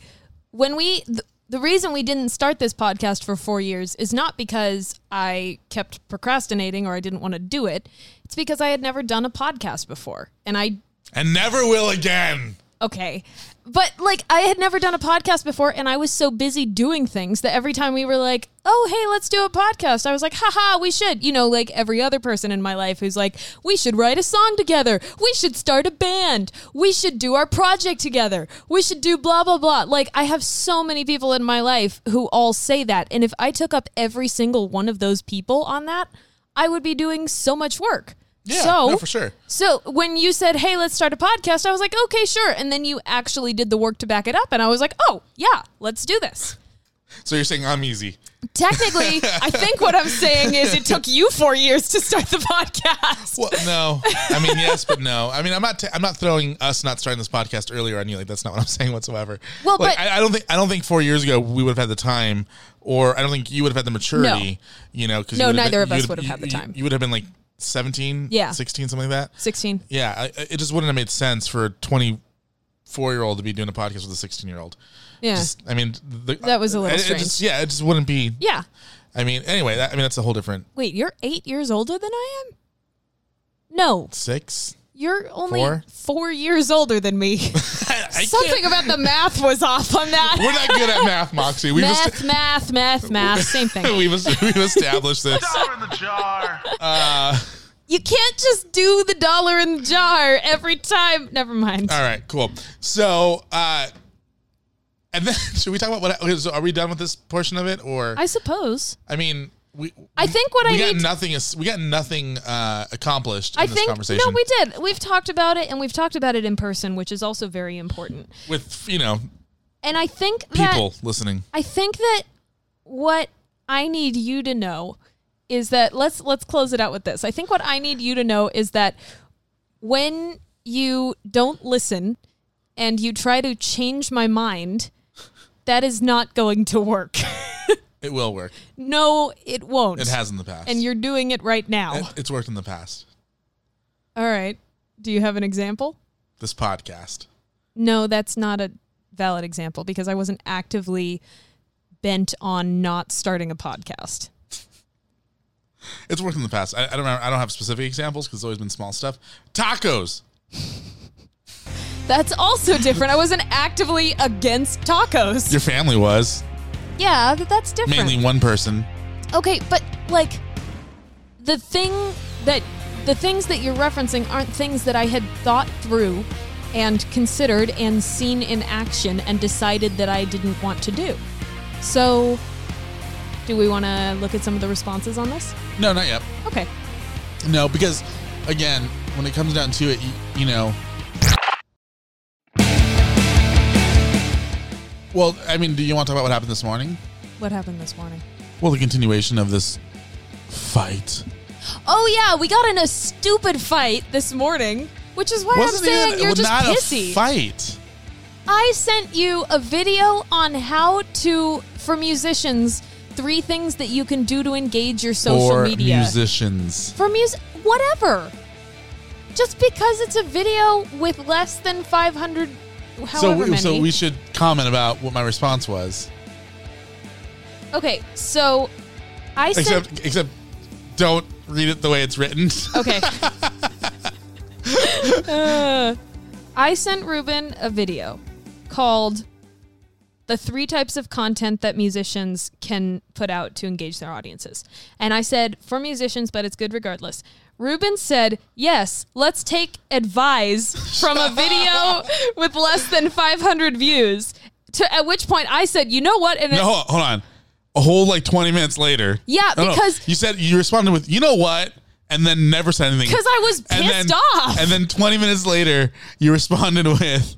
when we, th- the reason we didn't start this podcast for four years is not because I kept procrastinating or I didn't want to do it. It's because I had never done a podcast before. And I and never will again. okay. But like I had never done a podcast before and I was so busy doing things that every time we were like, "Oh, hey, let's do a podcast." I was like, "Haha, we should." You know, like every other person in my life who's like, "We should write a song together. We should start a band. We should do our project together. We should do blah blah blah." Like I have so many people in my life who all say that. And if I took up every single one of those people on that, I would be doing so much work. Yeah, so no, for sure. so when you said, "Hey, let's start a podcast," I was like, "Okay, sure." And then you actually did the work to back it up, and I was like, "Oh, yeah, let's do this." So you're saying I'm easy. Technically, I think what I'm saying is it took you four years to start the podcast. Well, no, I mean yes, but no. I mean I'm not. T- I'm not throwing us not starting this podcast earlier on you. Like that's not what I'm saying whatsoever. Well, like, but- I, I don't think I don't think four years ago we would have had the time, or I don't think you would have had the maturity. You know, because No, neither of us would have had the time. You, would have been like 17, Yeah. 16, something like that. Sixteen. Yeah, I, I- it just wouldn't have made sense for a 24 year old to be doing a podcast with a 16 year old. Yeah. Just, I mean, the, That was a little it- it strange. just- yeah, it just wouldn't be. yeah. I mean, anyway, that, I mean that's a whole different Wait, you're eight years older than I am. No, six. You're only Four? four, years older than me. Something about the math was off on We're that. not good at math, Moxie. We've, Math, est- math, math, math. Same thing. we've, est- we've established this. Dollar in the jar. You can't just do the dollar in the jar every time. Never mind. All right, cool. So, uh, and then should we talk about what? okay, So are we done with this portion of it, or I suppose. I mean, we. I think what we I got need- nothing. is- We got nothing uh, accomplished. In I this think conversation. no, we did. We've talked about it, and we've talked about it in person, which is also very important. with you know And I think that people listening. I think that what I need you to know is that let's let's close it out with this. I think what I need you to know is that when you don't listen and you try to change my mind, that is not going to work. It will work. no, it won't. It has in the past, and you're doing it right now. It- it's worked in the past. All right. Do you have an example? This podcast. No, that's not a valid example because I wasn't actively bent on not starting a podcast. It's worked in the past. I, I don't. Remember, I don't have specific examples because it's always been small stuff. Tacos. That's also different. I wasn't actively against tacos. Your family was yeah, th- that's different. mainly one person. Okay, but like the thing that the things that you're referencing aren't things that I had thought through and considered and seen in action and decided that I didn't want to do. So do we want to look at some of the responses on this? No, not yet. Okay. No, because again, when it comes down to it, you, you know. Well, I mean, do you want to talk about what happened this morning? What happened this morning? Well, the continuation of this fight. Oh yeah, we got in a stupid fight this morning, which is why I'm saying even- you're well, just not pissy. a fight. I sent you a video on how to, for musicians, three things that you can do to engage your social or media. musicians. For music, whatever. Just because it's a video with less than 500, however So we, many. so we should comment about what my response was. okay, so I sent. Except except don't read it the way it's written. Okay. Uh, I sent Ruben a video called The Three Types of Content That Musicians Can Put Out to Engage Their Audiences. And I said, for musicians, but it's good regardless. Ruben said, Yes, let's take advice from a video with less than 500 views. To, at which point I said, You know what? And no, hold, hold on. A whole like 20 minutes later. Yeah, No, no. because- you said you responded with, "You know what?" and then never said anything. because I was pissed and then, off. And then 20 minutes later, you responded with,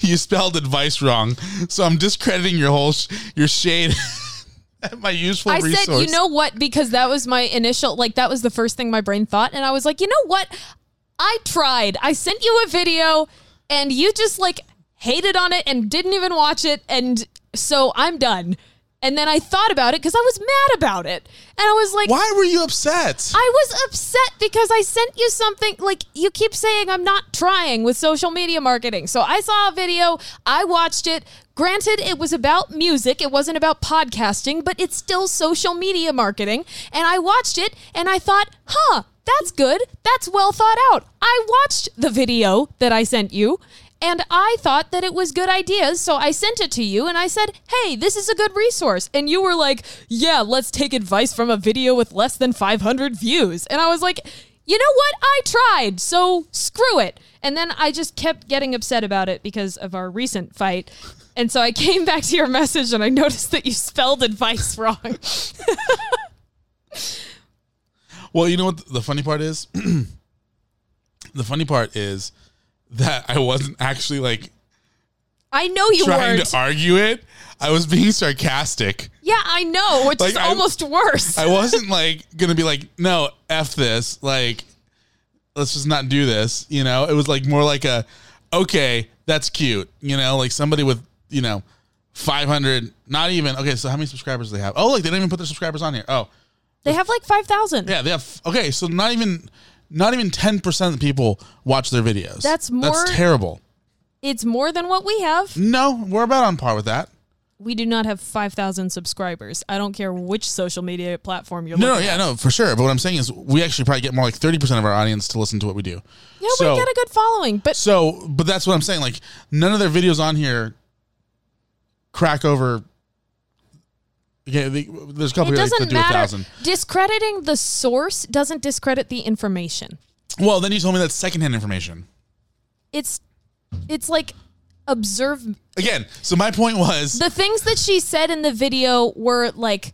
"You spelled advice wrong." So I'm discrediting your whole sh- your shade at my useful I resource. said, you know what? Because that was my initial, like, that was the first thing my brain thought. And I was like, you know what? I tried. I sent you a video and you just, like, hated on it and didn't even watch it. And so I'm done. And then I thought about it because I was mad about it. And I was like, Why were you upset? I was upset because I sent you something. Like, you keep saying I'm not trying with social media marketing. So I saw a video, I watched it. Granted, it was about music, it wasn't about podcasting, but it's still social media marketing. And I watched it and I thought, huh, that's good. That's well thought out. I watched the video that I sent you. And I thought that it was good ideas, so I sent it to you and I said, hey, this is a good resource. And you were like, yeah, let's take advice from a video with less than 500 views. And I was like, you know what? I tried, so screw it. And then I just kept getting upset about it because of our recent fight. And so I came back to your message and I noticed that you spelled advice wrong. Well, you know what the funny part is? the funny part is that I wasn't actually like I know you trying weren't. to argue it. I was being sarcastic. yeah, I know, which Like, is I- almost worse. I wasn't like going to be like, "No, f this." Like let's just not do this, you know? It was like more like a okay, that's cute, you know, like somebody with, you know, 500 not even. Okay, so how many subscribers do they have? Oh, look, they didn't even put their subscribers on here. Oh. they have like 5,000. Yeah, they have. Okay, so not even not even ten percent of people watch their videos. That's more- That's terrible. It's more than what we have. No, we're about on par with that. we do not have 5,000 subscribers. I don't care which social media platform you're No, no, looking yeah, at. no, for sure. But what I'm saying is, we actually probably get more like 30 percent of our audience to listen to what we do. Yeah, we get a good following, but So, but that's what I'm saying. Like, none of their videos on here crack over. Okay, the, there's a couple it that doesn't do a matter. thousand. Discrediting the source doesn't discredit the information. Well, then you told me that's secondhand information. It's it's like observe Again, so my point was the things that she said in the video were like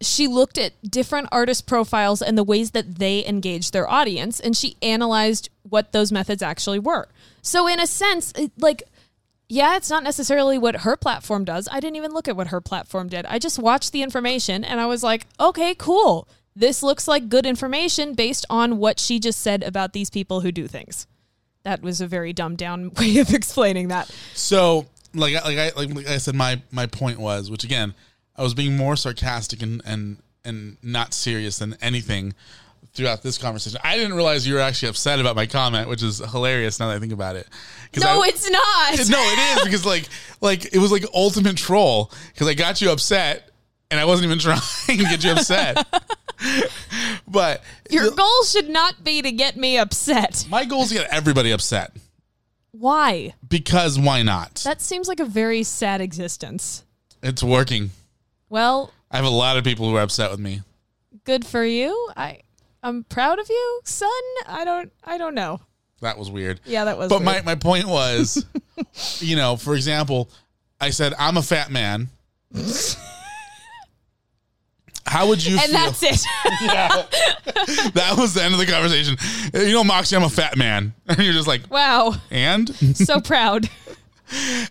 she looked at different artist profiles and the ways that they engage their audience and she analyzed what those methods actually were so in a sense it, like yeah it's not necessarily what her platform does i didn't even look at what her platform did i just watched the information and i was like okay cool this looks like good information based on what she just said about these people who do things that was a very dumbed down way of explaining that so like I- like I like, like I said my my point was, which again, I was being more sarcastic and and and not serious than anything throughout this conversation. I didn't realize you were actually upset about my comment, which is hilarious now that I think about it. 'Cause no I- it's not no, it is because like like it was like ultimate troll because I got you upset and I wasn't even trying to get you upset. but Your goal should not be to get me upset. my goal is to get everybody upset Why? because why not? That seems like a very sad existence. It's working. Well, I have a lot of people who are upset with me. good for you. I I'm proud of you, son. I don't I don't know. That was weird. Yeah, that was But my, weird. my point was, you know, for example, I said I'm a fat man. How would you And feel? that's it. that was the end of the conversation. You know, Moxie, I'm a fat man. And you're just like, wow. and So proud.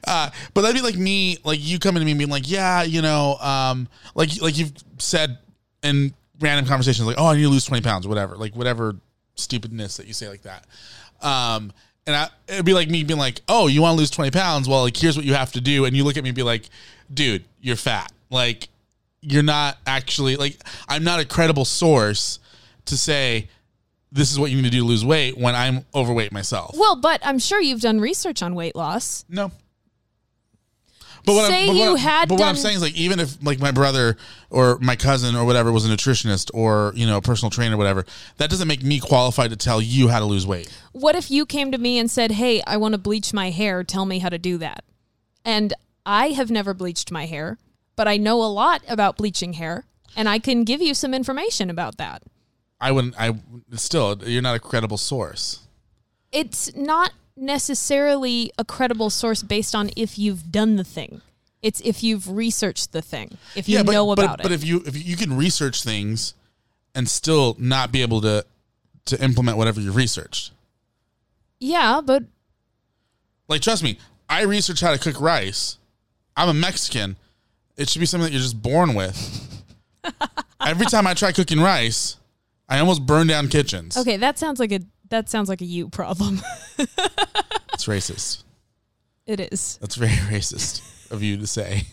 uh, but that'd be like me like you coming to me and being like yeah you know um like like you've said in random conversations like oh i need to lose 20 pounds whatever like whatever stupidness that you say like that um and I, it'd be like me being like oh you want to lose 20 pounds well like here's what you have to do and you look at me and be like dude you're fat like you're not actually like i'm not a credible source to say this is what you need to do to lose weight when i'm overweight myself Well, but I'm sure you've done research on weight loss. no. But what Say I'm, but what you I'm- had But what I'm done- saying is, like, even if like my brother or my cousin or whatever was a nutritionist or you know a personal trainer, or whatever, that doesn't make me qualified to tell you how to lose weight. What if you came to me and said, "Hey, I want to bleach my hair. Tell me how to do that." And I have never bleached my hair, but I know a lot about bleaching hair, and I can give you some information about that. I wouldn't. I still, you're not a credible source. it's not necessarily a credible source based on if you've done the thing. It's if you've researched the thing, if you but, know but, about but it. if you if you can research things and still not be able to to implement whatever you researched, yeah, but like trust me, I research how to cook rice. I'm a Mexican. It should be something that you're just born with. Every time I try cooking rice, I almost burn down kitchens. okay, that sounds like a that sounds like a you problem. That's racist. it is. That's very racist of you to say.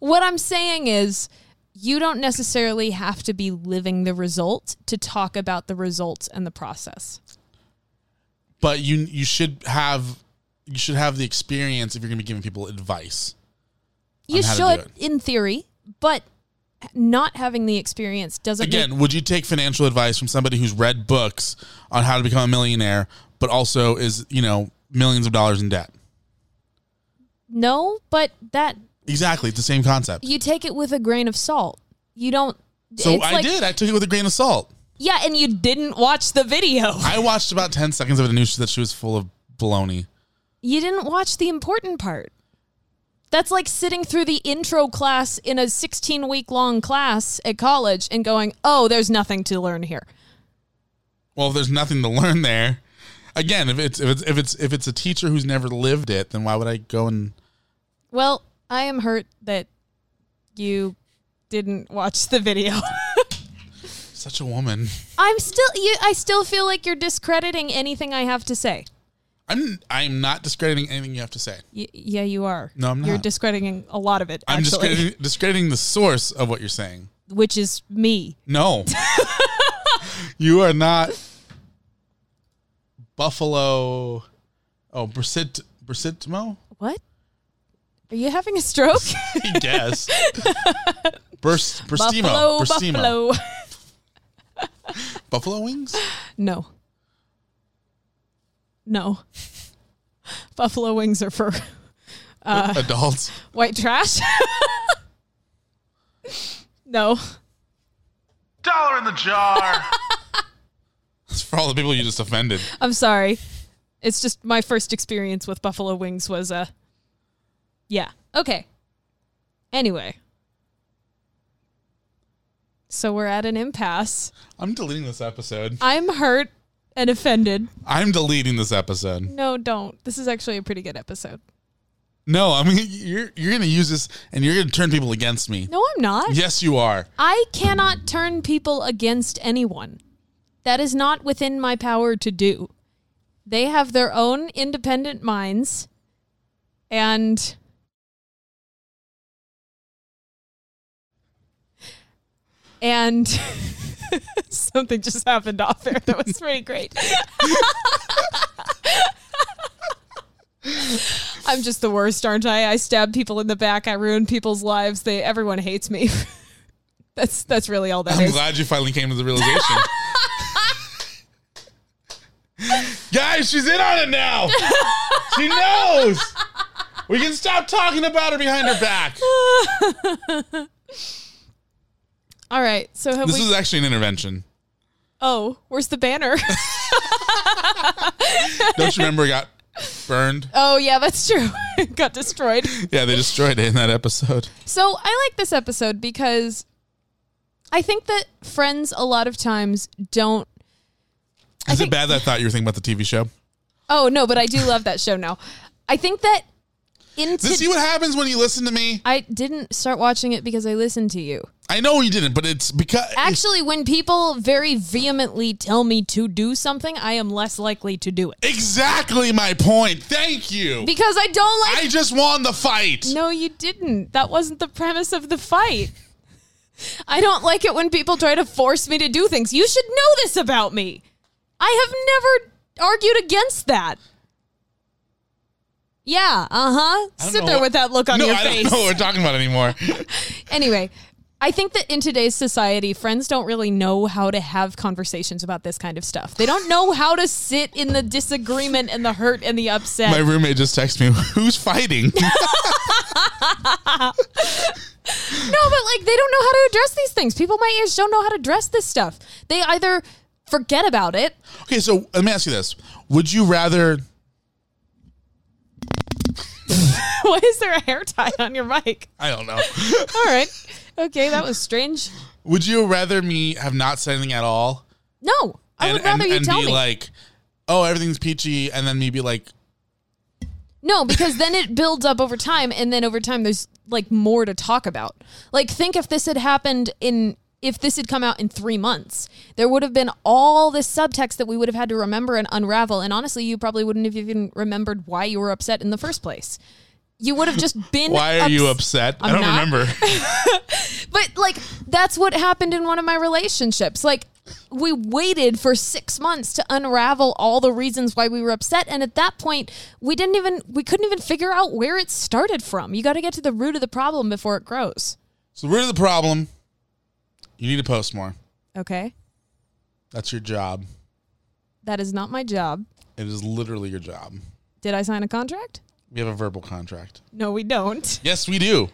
What I'm saying is you don't necessarily have to be living the result to talk about the results and the process. But you you should have you should have the experience if you're going to be giving people advice. You how to do should in theory, but not having the experience doesn't make- Again, would you take financial advice from somebody who's read books on how to become a millionaire but also is, you know, millions of dollars in debt? no, but that Exactly, it's the same concept. you take it with a grain of salt. You don't. So it's I like- did. I took it with a grain of salt. Yeah, and you didn't watch the video. I watched about 10 seconds of it and knew that she was full of baloney. You didn't watch the important part. That's like sitting through the intro class in a 16 week long class at college and going, oh, there's nothing to learn here. Well, if there's nothing to learn there. Again, if it's if it's if it's if it's a teacher who's never lived it, then why would I go and Well, I am hurt that you didn't watch the video. such a woman? I'm still, you, I still feel like you're discrediting anything I have to say. I'm I'm not discrediting anything you have to say. Y- yeah, you are. No, I'm You're not. discrediting a lot of it. I'm actually, discrediting discrediting the source of what you're saying. which is me. No. you are not Buffalo Oh, Brissett Brissitmo? What? Are you having a stroke? I guess. Burst, buffalo, Burstimo. Burstimo. buffalo. Buffalo wings? No. No. buffalo wings are for Adults. white trash. no. Dollar in the jar. It's for all the people you just offended. I'm sorry. It's just my first experience with buffalo wings was uh Yeah. Okay. Anyway. So we're at an impasse. I'm deleting this episode. I'm hurt and offended. I'm deleting this episode. No, don't. This is actually a pretty good episode. No, I mean you're you're gonna use this and you're gonna turn people against me. No, I'm not. Yes, you are. I cannot turn people against anyone. That is not within my power to do. They have their own independent minds and and something just happened off air that was pretty great. I'm just the worst, aren't I? I stab people in the back. I ruin people's lives. They everyone hates me. that's that's really all that I'm is. glad you finally came to the realization. Guys, she's in on it now. she knows. We can stop talking about her behind her back. All right. So have This we is actually an intervention. Oh, where's the banner? Don't you remember it got burned? oh yeah, that's true. It Got destroyed. Yeah, they destroyed it in that episode. So I like this episode because I think that friends a lot of times don't Is think- it bad that I thought you were thinking about the TV show? Oh no, but I do love that show now. I think that Does into this see what happens when you listen to me? I didn't start watching it because I listened to you. I know you didn't, but it's because Actually, when people very vehemently tell me to do something, I am less likely to do it exactly my point. Thank you. because I don't like I just won the fight. No, you didn't. That wasn't the premise of the fight. I don't like it when people try to force me to do things. You should know this about me. I have never argued against that. Yeah, uh huh. I don't Sit know there what- with that look on no, your I face. don't know what we're talking about anymore. Anyway, I think that in today's society, friends don't really know how to have conversations about this kind of stuff. They don't know how to sit in the disagreement and the hurt and the upset. My roommate just texted me, "Who's fighting?" No, but like they don't know how to address these things. People my age don't know how to address this stuff. They either forget about it. okay, so let me ask you this: Would you rather? Why is there a hair tie on your mic? I don't know. All right. Okay, that was strange. would you rather me have not said anything at all, No, I would rather you and tell be me. like, "Oh, everything's peachy," and then me be like, no, because then it builds up over time, and then over time there's like more to talk about. Like think if this had happened in if this had come out in three months, there would have been all this subtext that we would have had to remember and unravel. And honestly, you probably wouldn't have even remembered why you were upset in the first place. You would have just been. "Why are you ups- upset?" I'm I don't not. remember. But like that's what happened in one of my relationships. Like we waited for 6 months to unravel all the reasons why we were upset and at that point we didn't even we couldn't even figure out where it started from. You got to get to the root of the problem before it grows. So the root of the problem, you need to post more. Okay? That's your job. That is not my job. It is literally your job. Did I sign a contract? We have a verbal contract. No, we don't. Yes, we do.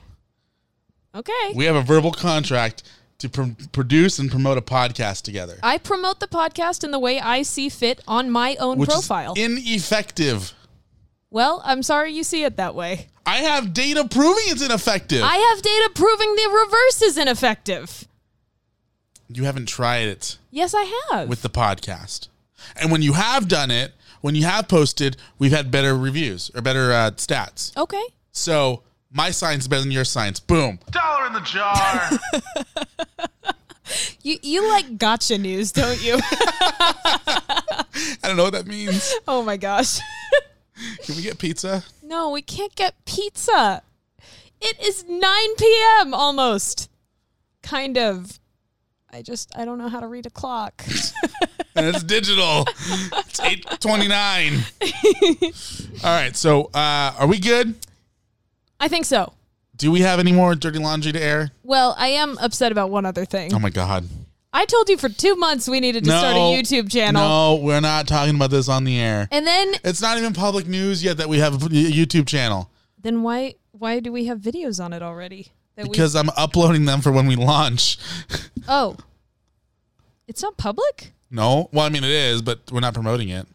Okay. We have a verbal contract to pr- produce and promote a podcast together. I promote the podcast in the way I see fit on my own which is profile. ineffective. well, I'm sorry you see it that way. I have data proving it's ineffective. I have data proving the reverse is ineffective. you haven't tried it Yes, I have. with the podcast. And when you have done it, when you have posted, we've had better reviews or better uh, stats. okay. So my science is better than your science. Boom. Dollar in the jar. You you like gotcha news, don't you? I don't know what that means. oh my gosh. Can we get pizza? No, we can't get pizza. It is 9 p.m. almost. Kind of. I just I don't know how to read a clock. and it's digital. It's eight twenty nine. All right, so uh, are we good? I think so. Do we have any more dirty laundry to air? Well, I am upset about one other thing. Oh my god. I told you for two months we needed to start a YouTube channel. No, we're not talking about this on the air. And then It's not even public news yet that we have a YouTube channel then why why do we have videos on it already? That because I'm uploading them for when we launch. we Oh. It's not public? No, well, I mean it is, but we're not promoting it.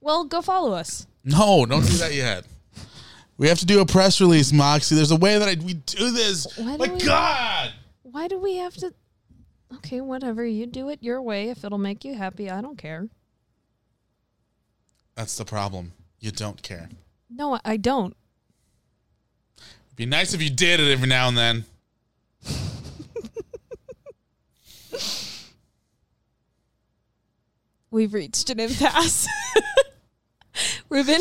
Well, go follow us. No, don't do that yet. We have to do a press release, Moxie. There's a way that I, we do this. Why do My we- God. Why do we have to Okay, whatever. You do it your way. If it'll make you happy, I don't care. That's the problem. You don't care. No, I- I don't. It'd be nice if you did it every now and then. We've reached an impasse. Ruben,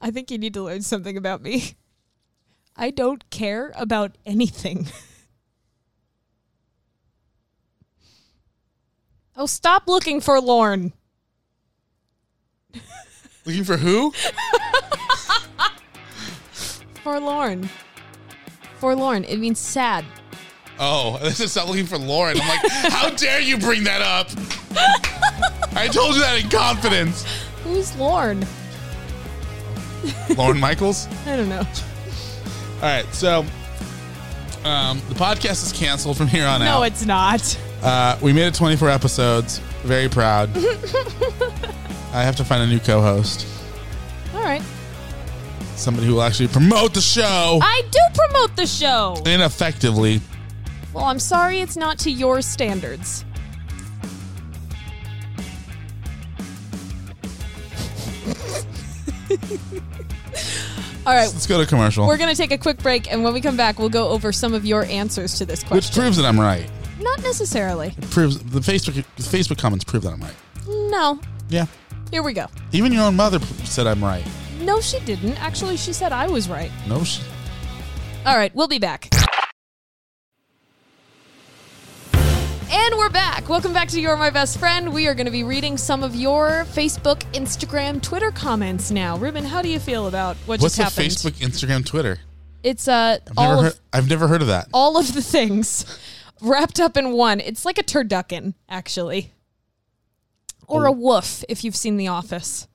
I think you need to learn something about me. I don't care about anything. Oh, stop looking for Lorne. Looking for who? Forlorn. Forlorn. It means sad. Oh, this is not looking for Lauren. I'm like, how dare you bring that up? I told you that in confidence. Who's Lorne? Lauren Michaels? I don't know. All right, so um, the podcast is canceled from here on out. No, it's not. Uh, we made it 24 episodes. Very proud. I have to find a new co host, All right. somebody who will actually promote the show I do promote the show. ineffectively. Well, I'm sorry it's not to your standards. All right, Let's go to commercial, we're going to take a quick break, and when we come back, we'll go over some of your answers to this which question. proves that I'm right. Not necessarily. It proves the Facebook the Facebook comments prove that I'm right. No. Yeah, Here we go. even your own mother said I'm right. No, she didn't. Actually, she said I was right. No, sh- All right, we'll be back. And we're back. Welcome back to You're My Best Friend. We are going to be reading some of your Facebook, Instagram, Twitter comments now. Ruben, how do you feel about what just what's the happened? Facebook, Instagram, Twitter? It's uh, I've never all heard. of, I've never heard of that. all of the things wrapped up in one. It's like a turducken, actually, or Oh. a woof. If you've seen The Office,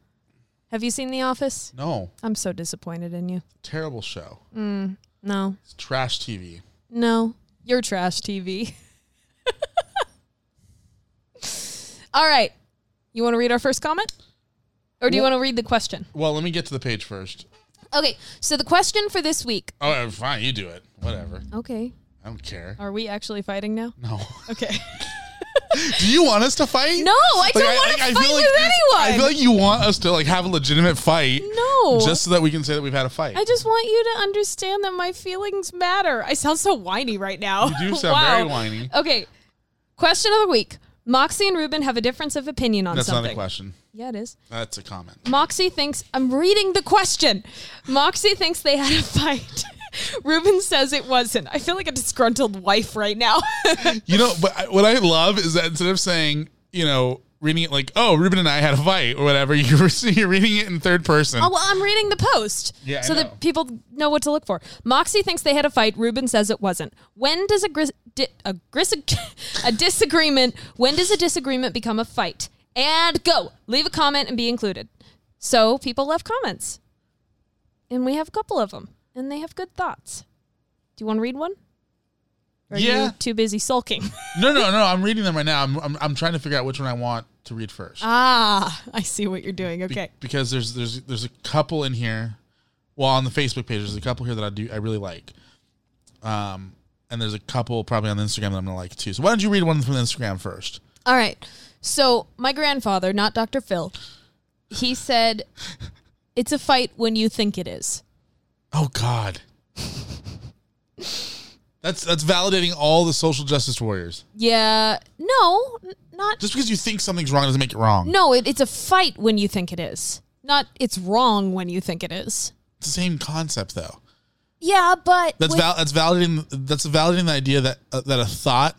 have you seen The Office? No, I'm so disappointed in you. terrible show. No, It's trash TV. No, you're trash TV. All right. You want to read our first comment? Or do you want to read the question? Well, let me get to the page first. Okay. So the question for this week. Oh, fine, you do it. Whatever. Okay. I don't care. Are we actually fighting now? No. Okay. Do you want us to fight? No, I don't wanna fight feel like- with anyone. I feel like you want us to like have a legitimate fight. No. Just so that we can say that we've had a fight. I just want you to understand that my feelings matter. I sound so whiny right now. You do sound very whiny. Okay. Question of the week. Moxie and Ruben have a difference of opinion on That's something. not a question. Yeah, it is. That's a comment. Moxie thinks I'm reading the question. Moxie thinks they had a fight. Ruben says it wasn't. I feel like a disgruntled wife right now. You know, but I, what I love is that instead of saying, you know, reading it like, "Oh, Ruben and I had a fight" or whatever, you're, you're reading it in third person. oh well, I'm reading the post. Yeah, I so know. that people know what to look for. Moxie thinks they had a fight. Ruben says it wasn't. When does a gris- di- a, gris- a disagreement? When does a disagreement become a fight? And go leave a comment and be included. So people left comments, and we have a couple of them, and they have good thoughts. Do you want to read one? Or are Yeah. you too busy sulking? No, no, no. I'm reading them right now. I'm, I'm, I'm trying to figure out which one I want to read first. ah, I see what you're doing. Be- Okay. because there's there's there's a couple in here. Well, on the Facebook page, there's a couple here that I do I really like. Um, and there's a couple probably on the Instagram that I'm gonna like too. So why don't you read one from the Instagram first? All right. So my grandfather, not Dr. Phil, he said, "It's a fight when you think it is." Oh God, that's that's validating all the social justice warriors. Yeah. No, n- not. Just because you think something's wrong doesn't make it wrong. no, it, it's a fight when you think it is. Not it's wrong when you think it is. It's the same concept though. Yeah, but That's with- val- that's validating that's validating the idea that uh, that a thought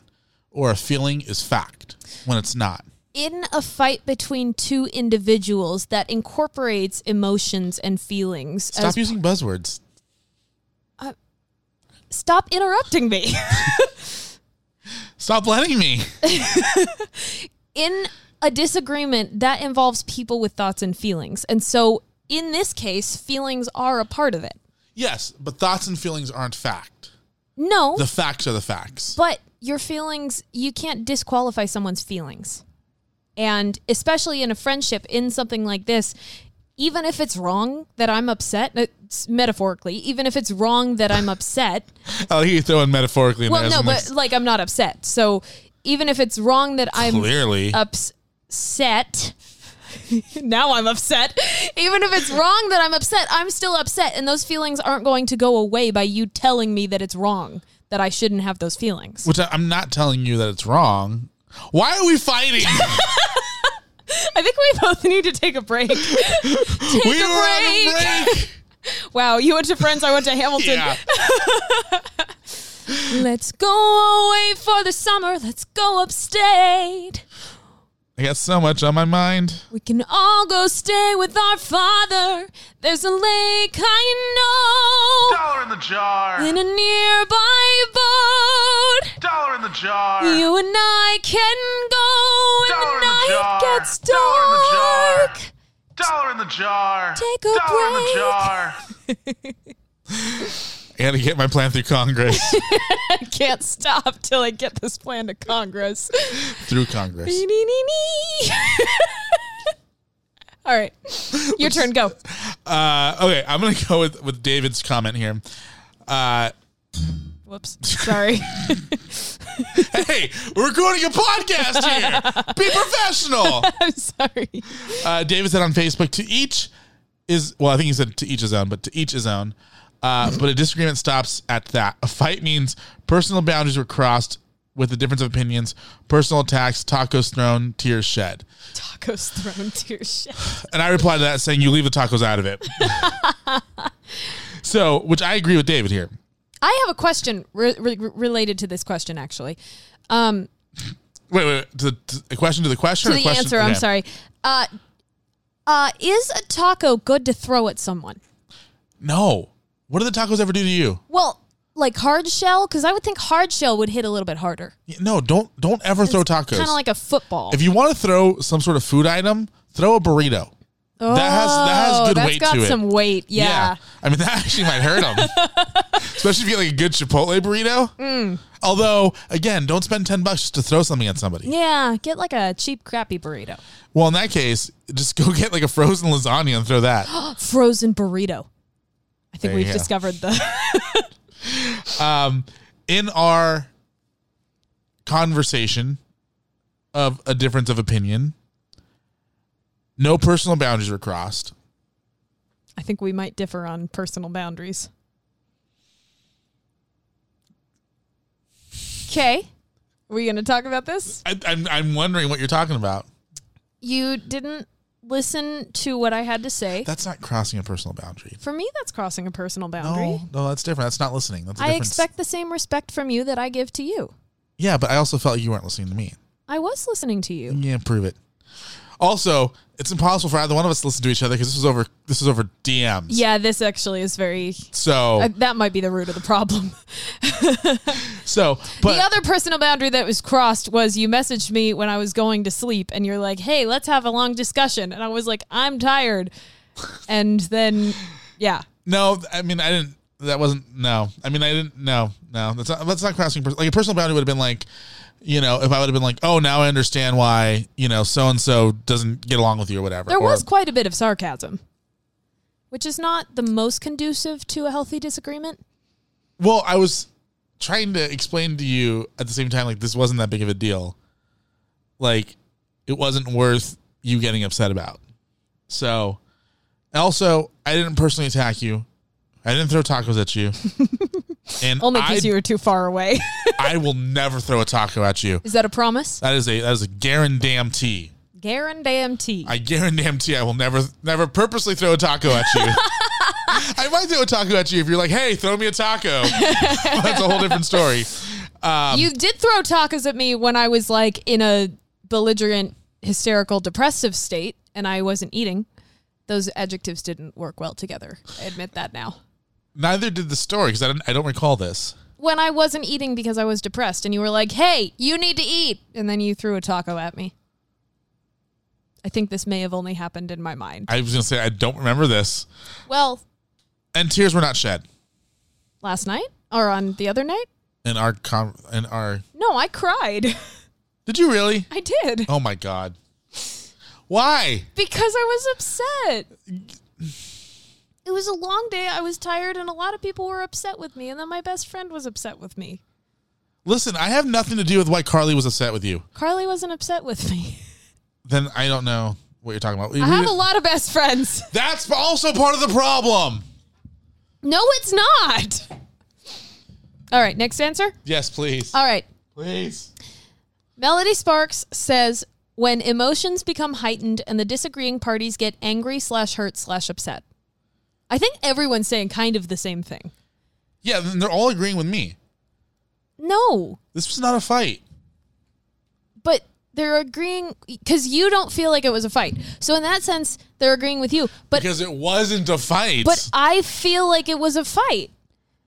or a feeling is fact when it's not. in a fight between two individuals that incorporates emotions and feelings. Stop as- using buzzwords. stop interrupting me. Stop letting me. in a disagreement that involves people with thoughts and feelings. And so in this case, feelings are a part of it. yes, but thoughts and feelings aren't fact. No, The facts are the facts. but your feelings, you can't disqualify someone's feelings. And especially in a friendship, in something like this, even if it's wrong that I'm upset, it's metaphorically, even if it's wrong that I'm upset, I'll hear you throwing metaphorically in well, there. no, I'm but like I'm not upset. So even if it's wrong that I'm Clearly. upset. now I'm upset. Even if it's wrong that I'm upset, I'm still upset. And those feelings aren't going to go away by you telling me that it's wrong, that I shouldn't have those feelings. Which I, I'm not telling you that it's wrong. Why are we fighting? I think we both need to take a break. we a were on break. a break. Wow, you went to Friends, I went to Hamilton. yeah. Let's go away for the summer. Let's go upstate. I got so much on my mind. We can all go stay with our father. There's a lake I know. Dollar in the jar. In a nearby boat. Dollar in the jar. You and I can go when Dollar in the the night jar. gets Dollar in the jar. dark. Dollar in the jar. Take a break. Dollar in the jar. I got to get my plan through Congress. I can't stop till I get this plan to Congress. through Congress. Nee-nee-nee-nee. All right, your turn. Go. Uh, okay, I'm going to go with, with David's comment here. Uh, Whoops. Sorry. hey, we're recording a podcast here. Be professional. I'm sorry. Uh, David said on Facebook, to each is, well, I think he said to each his own, but to each his own. Uh, but a disagreement stops at that. A fight means personal boundaries were crossed with a difference of opinions, personal attacks, tacos thrown, tears shed. Tacos thrown to your shit. And I replied to that saying, you leave the tacos out of it. so, which I agree with David here. I have a question re- re- related to this question, actually. Um, Wait, wait, wait, to, to, a question to the question? to or the a question- answer, I'm okay. sorry. Uh, uh, is a taco good to throw at someone? No. What do the tacos ever do to you? Well, like hard shell, because I would think hard shell would hit a little bit harder. No, don't don't ever throw tacos. Kind of like a football. if you want to throw some sort of food item, throw a burrito. that has that has Oh, good that's weight got to it. some weight. Yeah. I mean that actually might hurt them, especially if you get like a good Chipotle burrito. Mm. Although, again, don't spend ten bucks just to throw something at somebody. yeah, Get like a cheap, crappy burrito. Well, in that case, just go get like a frozen lasagna and throw that. Frozen burrito. I think There we've you go. discovered the. in our conversation of a difference of opinion, no personal boundaries were crossed. I think we might differ on personal boundaries. Okay. We going to talk about this? I, I'm, I'm wondering what you're talking about. You didn't listen to what I had to say. That's not crossing a personal boundary. For me, that's crossing a personal boundary. No, no, that's different. That's not listening. That's a I difference. expect the same respect from you that I give to you. Yeah, but I also felt you weren't listening to me. I was listening to you. Yeah, prove it. Also, it's impossible for either one of us to listen to each other because this was over. This was over DMs. Yeah, this actually is very. So, Uh, that might be the root of the problem. so, but the other personal boundary that was crossed was you messaged me when I was going to sleep, and you're like, "Hey, let's have a long discussion," and I was like, "I'm tired," and then, yeah, No, I mean I didn't. That wasn't no. I mean I didn't. No, no. That's not. That's not crossing. pers- Like a personal boundary would have been like, you know, if I would have been like, oh, now I understand why you know so and so doesn't get along with you or whatever. there or, was quite a bit of sarcasm, which is not the most conducive to a healthy disagreement. well, I was trying to explain to you at the same time like this wasn't that big of a deal. Like it wasn't worth you getting upset about. So, and also I didn't personally attack you. I didn't throw tacos at you. and Only I, because you were too far away. I will never throw a taco at you. is that a promise? That is a that is a guarantee. Guarantee. I guarantee I will never never purposely throw a taco at you. I might throw a taco at you if you're like, "Hey, throw me a taco." That's a whole different story. you did throw tacos at me when I was like in a belligerent, hysterical, depressive state and I wasn't eating. Those adjectives didn't work well together. I admit that now. Neither did the story because I don't, I don't recall this. When I wasn't eating because I was depressed, and you were like, "Hey, you need to eat," and then you threw a taco at me. I think this may have only happened in my mind. I was going to say I don't remember this. Well, And tears were not shed last night or on the other night? in our con- in our. No, I cried. Did you really? I did Oh my god. Why? because I was upset. It was a long day. I was tired, and a lot of people were upset with me. And then my best friend was upset with me. Listen, I have nothing to do with why Carly was upset with you. Carly wasn't upset with me. Then I don't know what you're talking about. I have a lot of best friends. That's also part of the problem. No, it's not. All right, next answer. Yes, please. All right. please. Melody Sparks says when emotions become heightened and the disagreeing parties get angry slash hurt slash upset. I think everyone's saying kind of the same thing. Yeah, then they're all agreeing with me. No, This was not a fight. but they're agreeing because you don't feel like it was a fight. So in that sense, they're agreeing with you. But Because it wasn't a fight. but I feel like it was a fight.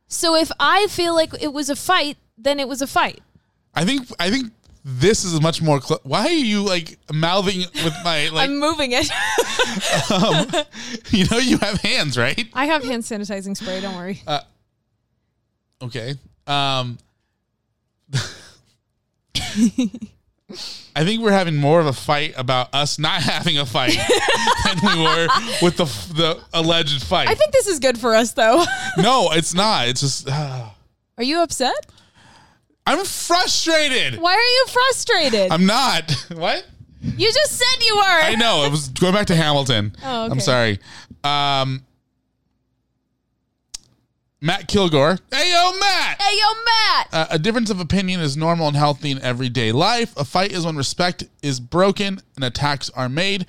So if I feel like it was a fight, then it was a fight. I think I think this is much more. Cl- Why are you like mouthing with my like? I'm moving it. you know you have hands, right? I have hand sanitizing spray. Don't worry. Okay. Um. I think we're having more of a fight about us not having a fight than we were with the the alleged fight. I think this is good for us, though. no, it's not. It's just Are you upset? I'm frustrated. Why are you frustrated? I'm not. What? you just said you were. I know. It was going back to Hamilton. Oh, okay. I'm sorry. Um, Matt Kilgore. Hey, yo, Matt! Hey, yo, Matt. Uh, a difference of opinion is normal and healthy in everyday life. A fight is when respect is broken and attacks are made.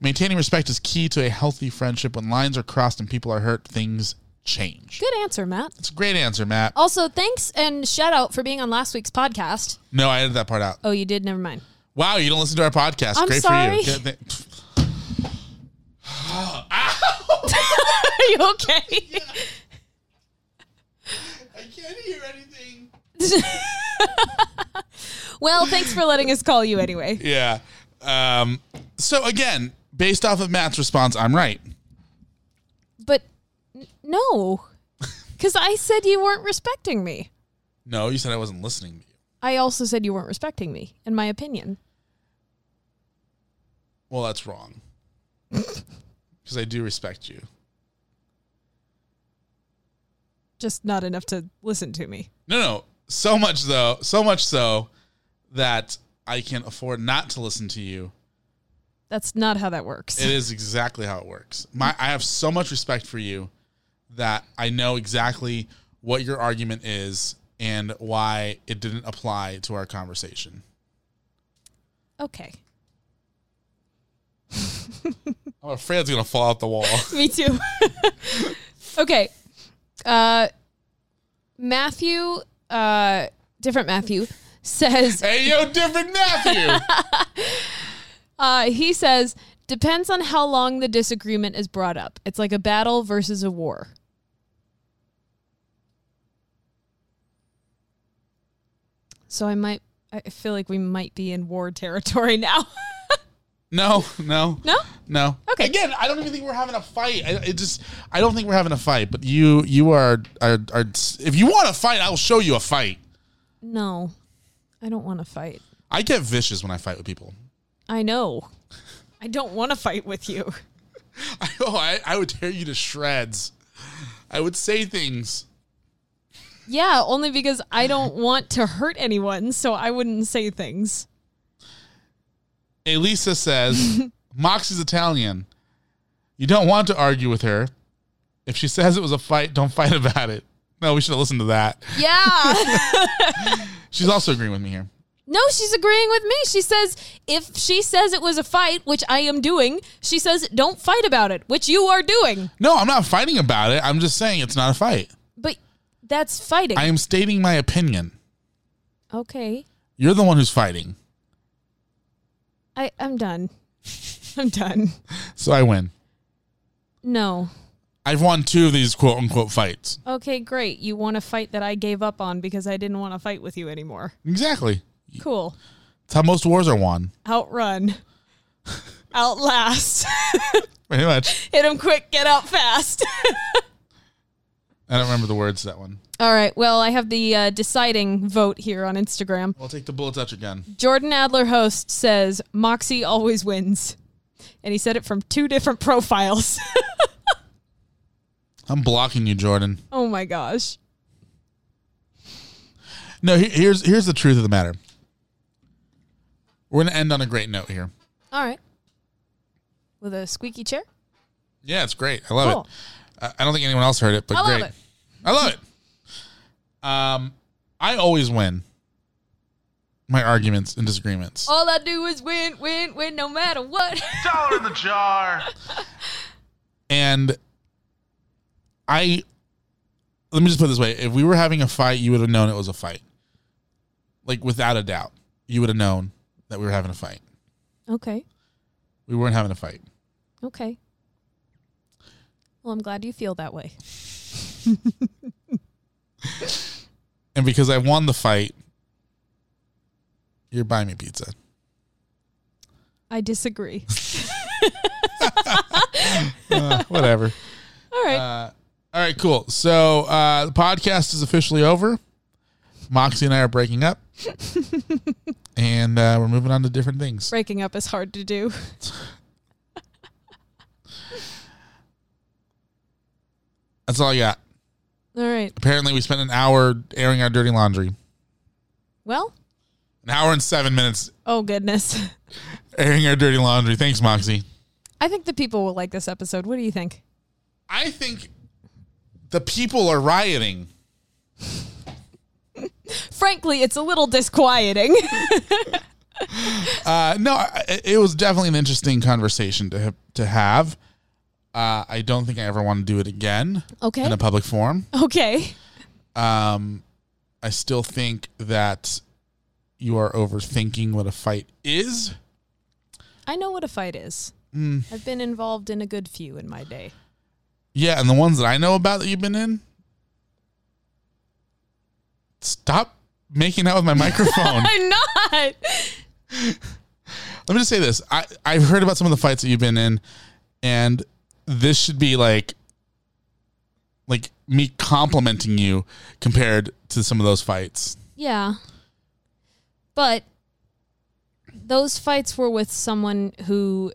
Maintaining respect is key to a healthy friendship. When lines are crossed and people are hurt, things change. Good Oh. answer, Matt. It's a great answer, Matt. Also, thanks and shout out for being on last week's podcast. No, I edited that part out. Oh, you did. Never mind. Wow, you don't listen to our podcast. I'm great sorry. for you. Good thi- Are you okay? I can't hear anything. well, thanks for letting us call you anyway. Yeah. Um, so again, based off of Matt's response, I'm right. But n- no, because I said you weren't respecting me. No, you said I wasn't listening to you. I also said you weren't respecting me, in my opinion. Well, that's wrong. Because I do respect you. Just not enough to listen to me. No, no. So much though, so much so that I can afford not to listen to you. That's not how that works. It is exactly how it works. My I have so much respect for you that I know exactly what your argument is and why it didn't apply to our conversation. Okay. I'm afraid it's gonna fall out the wall. Me too. okay. Uh, Matthew, uh, different Matthew, says, hey yo, different nephew. uh, he says, depends on how long the disagreement is brought up. It's like a battle versus a war. So I might, I feel like we might be in war territory now. No, no, No? no. Okay. Again, I don't even think we're having a fight. I, it just, I don't think we're having a fight. But you, you are, are, are. If you want to fight, I will show you a fight. no, I don't want to fight. I get vicious when I fight with people. I know. I don't want to fight with you. I, oh, I, I would tear you to shreds. I would say things. Yeah, only because I don't want to hurt anyone, so I wouldn't say things. Elisa says, Moxie's Italian. You don't want to argue with her. If she says it was a fight, don't fight about it. No, we should have listened to that. Yeah. She's also agreeing with me here. no, she's agreeing with me. She says if she says it was a fight, which I am doing, she says don't fight about it, which you are doing. No, I'm not fighting about it. I'm just saying it's not a fight. But that's fighting. I am stating my opinion. okay. You're the one who's fighting, I I'm done. I'm done. so I win. No. I've won two of these quote unquote fights. Okay, great. You want a fight that I gave up on because I didn't want to fight with you anymore. Exactly. Cool. It's how most wars are won. Outrun. Outlast. Pretty much. Hit him quick, get out fast. I don't remember the words to that one. All right. Well, I have the uh, deciding vote here on Instagram. I'll take the bullets out your gun. Jordan Adler host says Moxie always wins. And he said it from two different profiles. I'm blocking you, Jordan. oh my gosh. No, he- here's here's the truth of the matter. We're gonna end on a great note here. All right. With a squeaky chair? Yeah, it's great. I love Cool. it. I- I don't think anyone else heard it, but I love great. it. I love it. Um, I always win my arguments and disagreements. All I do is win, win, win, no matter what. Dollar in the jar. and I let me just put it this way: if we were having a fight, you would have known it was a fight, like without a doubt, you would have known that we were having a fight. okay. We weren't having a fight. Okay. Well, I'm glad you feel that way. And because I won the fight, you're buying me pizza. I disagree. Uh, whatever. All right. Uh, All right, cool. So uh, the podcast is officially over. Moxie and I are breaking up, and uh, we're moving on to different things. Breaking up is hard to do. That's all I got. All right. Apparently, we spent an hour airing our dirty laundry. Well, An hour and seven minutes oh goodness. airing our dirty laundry. Thanks, Moxie. I think the people will like this episode. What do you think? I think the people are rioting. Frankly, it's a little disquieting. Uh, no, I- I- it was definitely an interesting conversation to ha- to have. Uh, I don't think I ever want to do it again Okay. in a public forum. okay. Um, I still think that you are overthinking what a fight is. I know what a fight is. I've been involved in a good few in my day. Yeah, and the ones that I know about that you've been in. Stop making out with my microphone. I'm not. Let me just say this. I, I've heard about some of the fights that you've been in, and this should be like like me complimenting you compared to some of those fights. Yeah. But those fights were with someone who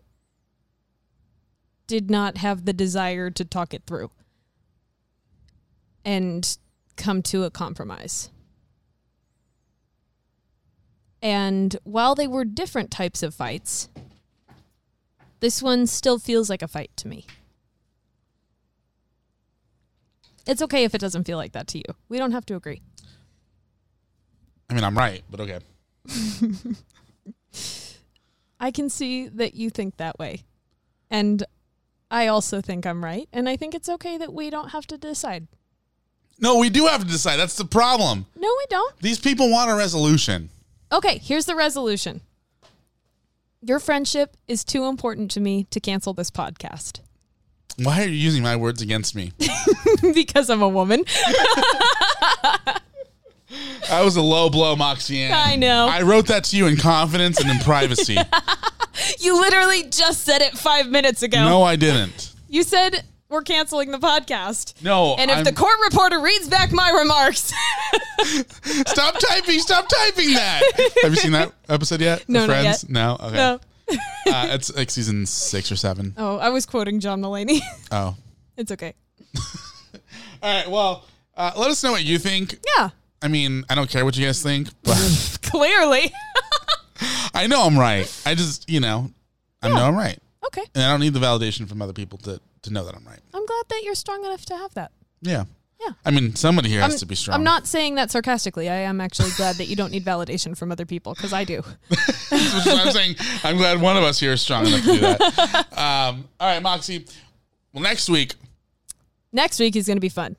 did not have the desire to talk it through and come to a compromise. And while they were different types of fights, this one still feels like a fight to me. It's okay if it doesn't feel like that to you. We don't have to agree. I mean, I'm right, but okay. I can see that you think that way. And I also think I'm right. And I think it's okay that we don't have to decide. No, we do have to decide. That's the problem. No, we don't. These people want a resolution. Okay, here's the resolution Your friendship is too important to me to cancel this podcast Why are you using my words against me? because I'm a woman. I was a low blow, Moxian. I know. I wrote that to you in confidence and in privacy. you literally just said it five minutes ago. No, I didn't. You said we're canceling the podcast. No, And if I'm- the court reporter reads back my remarks, Stop typing. Stop typing that. Have you seen that episode yet? No, The not Friends? yet. No. Okay. no. Uh, it's like season six or seven. Oh, I was quoting John Mulaney. Oh. it's okay. All right. Well, uh, let us know what you think. Yeah, I mean, I don't care what you guys think, but clearly. I know I'm right. I just, you know, I know I'm right, okay. and I don't need the validation from other people to to know that I'm right. I'm glad that you're strong enough to have that. Yeah. Yeah. I mean, somebody here I'm, has to be strong. I'm not saying that sarcastically. I am actually glad that you don't need validation from other people because I do. Which is why I'm saying I'm glad one of us here is strong enough to do that. Um, all right, Moxie. Well, next week Next week is going to be fun.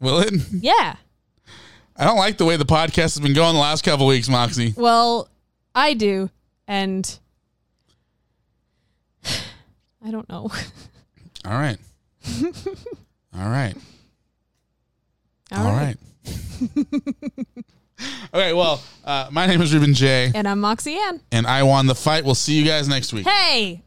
will it? Yeah. I don't like the way the podcast has been going the last couple weeks, Moxie. Well, I do. And I don't know. All right. All right. All All right. okay, well, uh, my name is Ruben J, And I'm Moxie Ann. and I won the fight. We'll see you guys next week. Hey!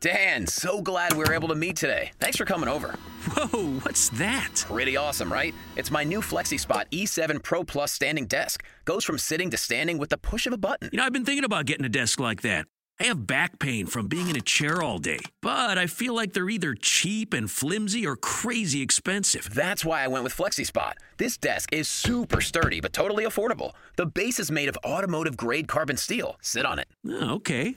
Dan, so glad we were able to meet today. Thanks for coming over. Whoa, what's that? Pretty awesome, right? It's my new FlexiSpot E7 Pro Plus standing desk. Goes from sitting to standing with the push of a button. You know, I've been thinking about getting a desk like that. I have back pain from being in a chair all day, but I feel like they're either cheap and flimsy or crazy expensive. That's why I went with FlexiSpot. This desk is super sturdy but totally affordable. The base is made of automotive grade carbon steel. Sit on it. Oh, okay.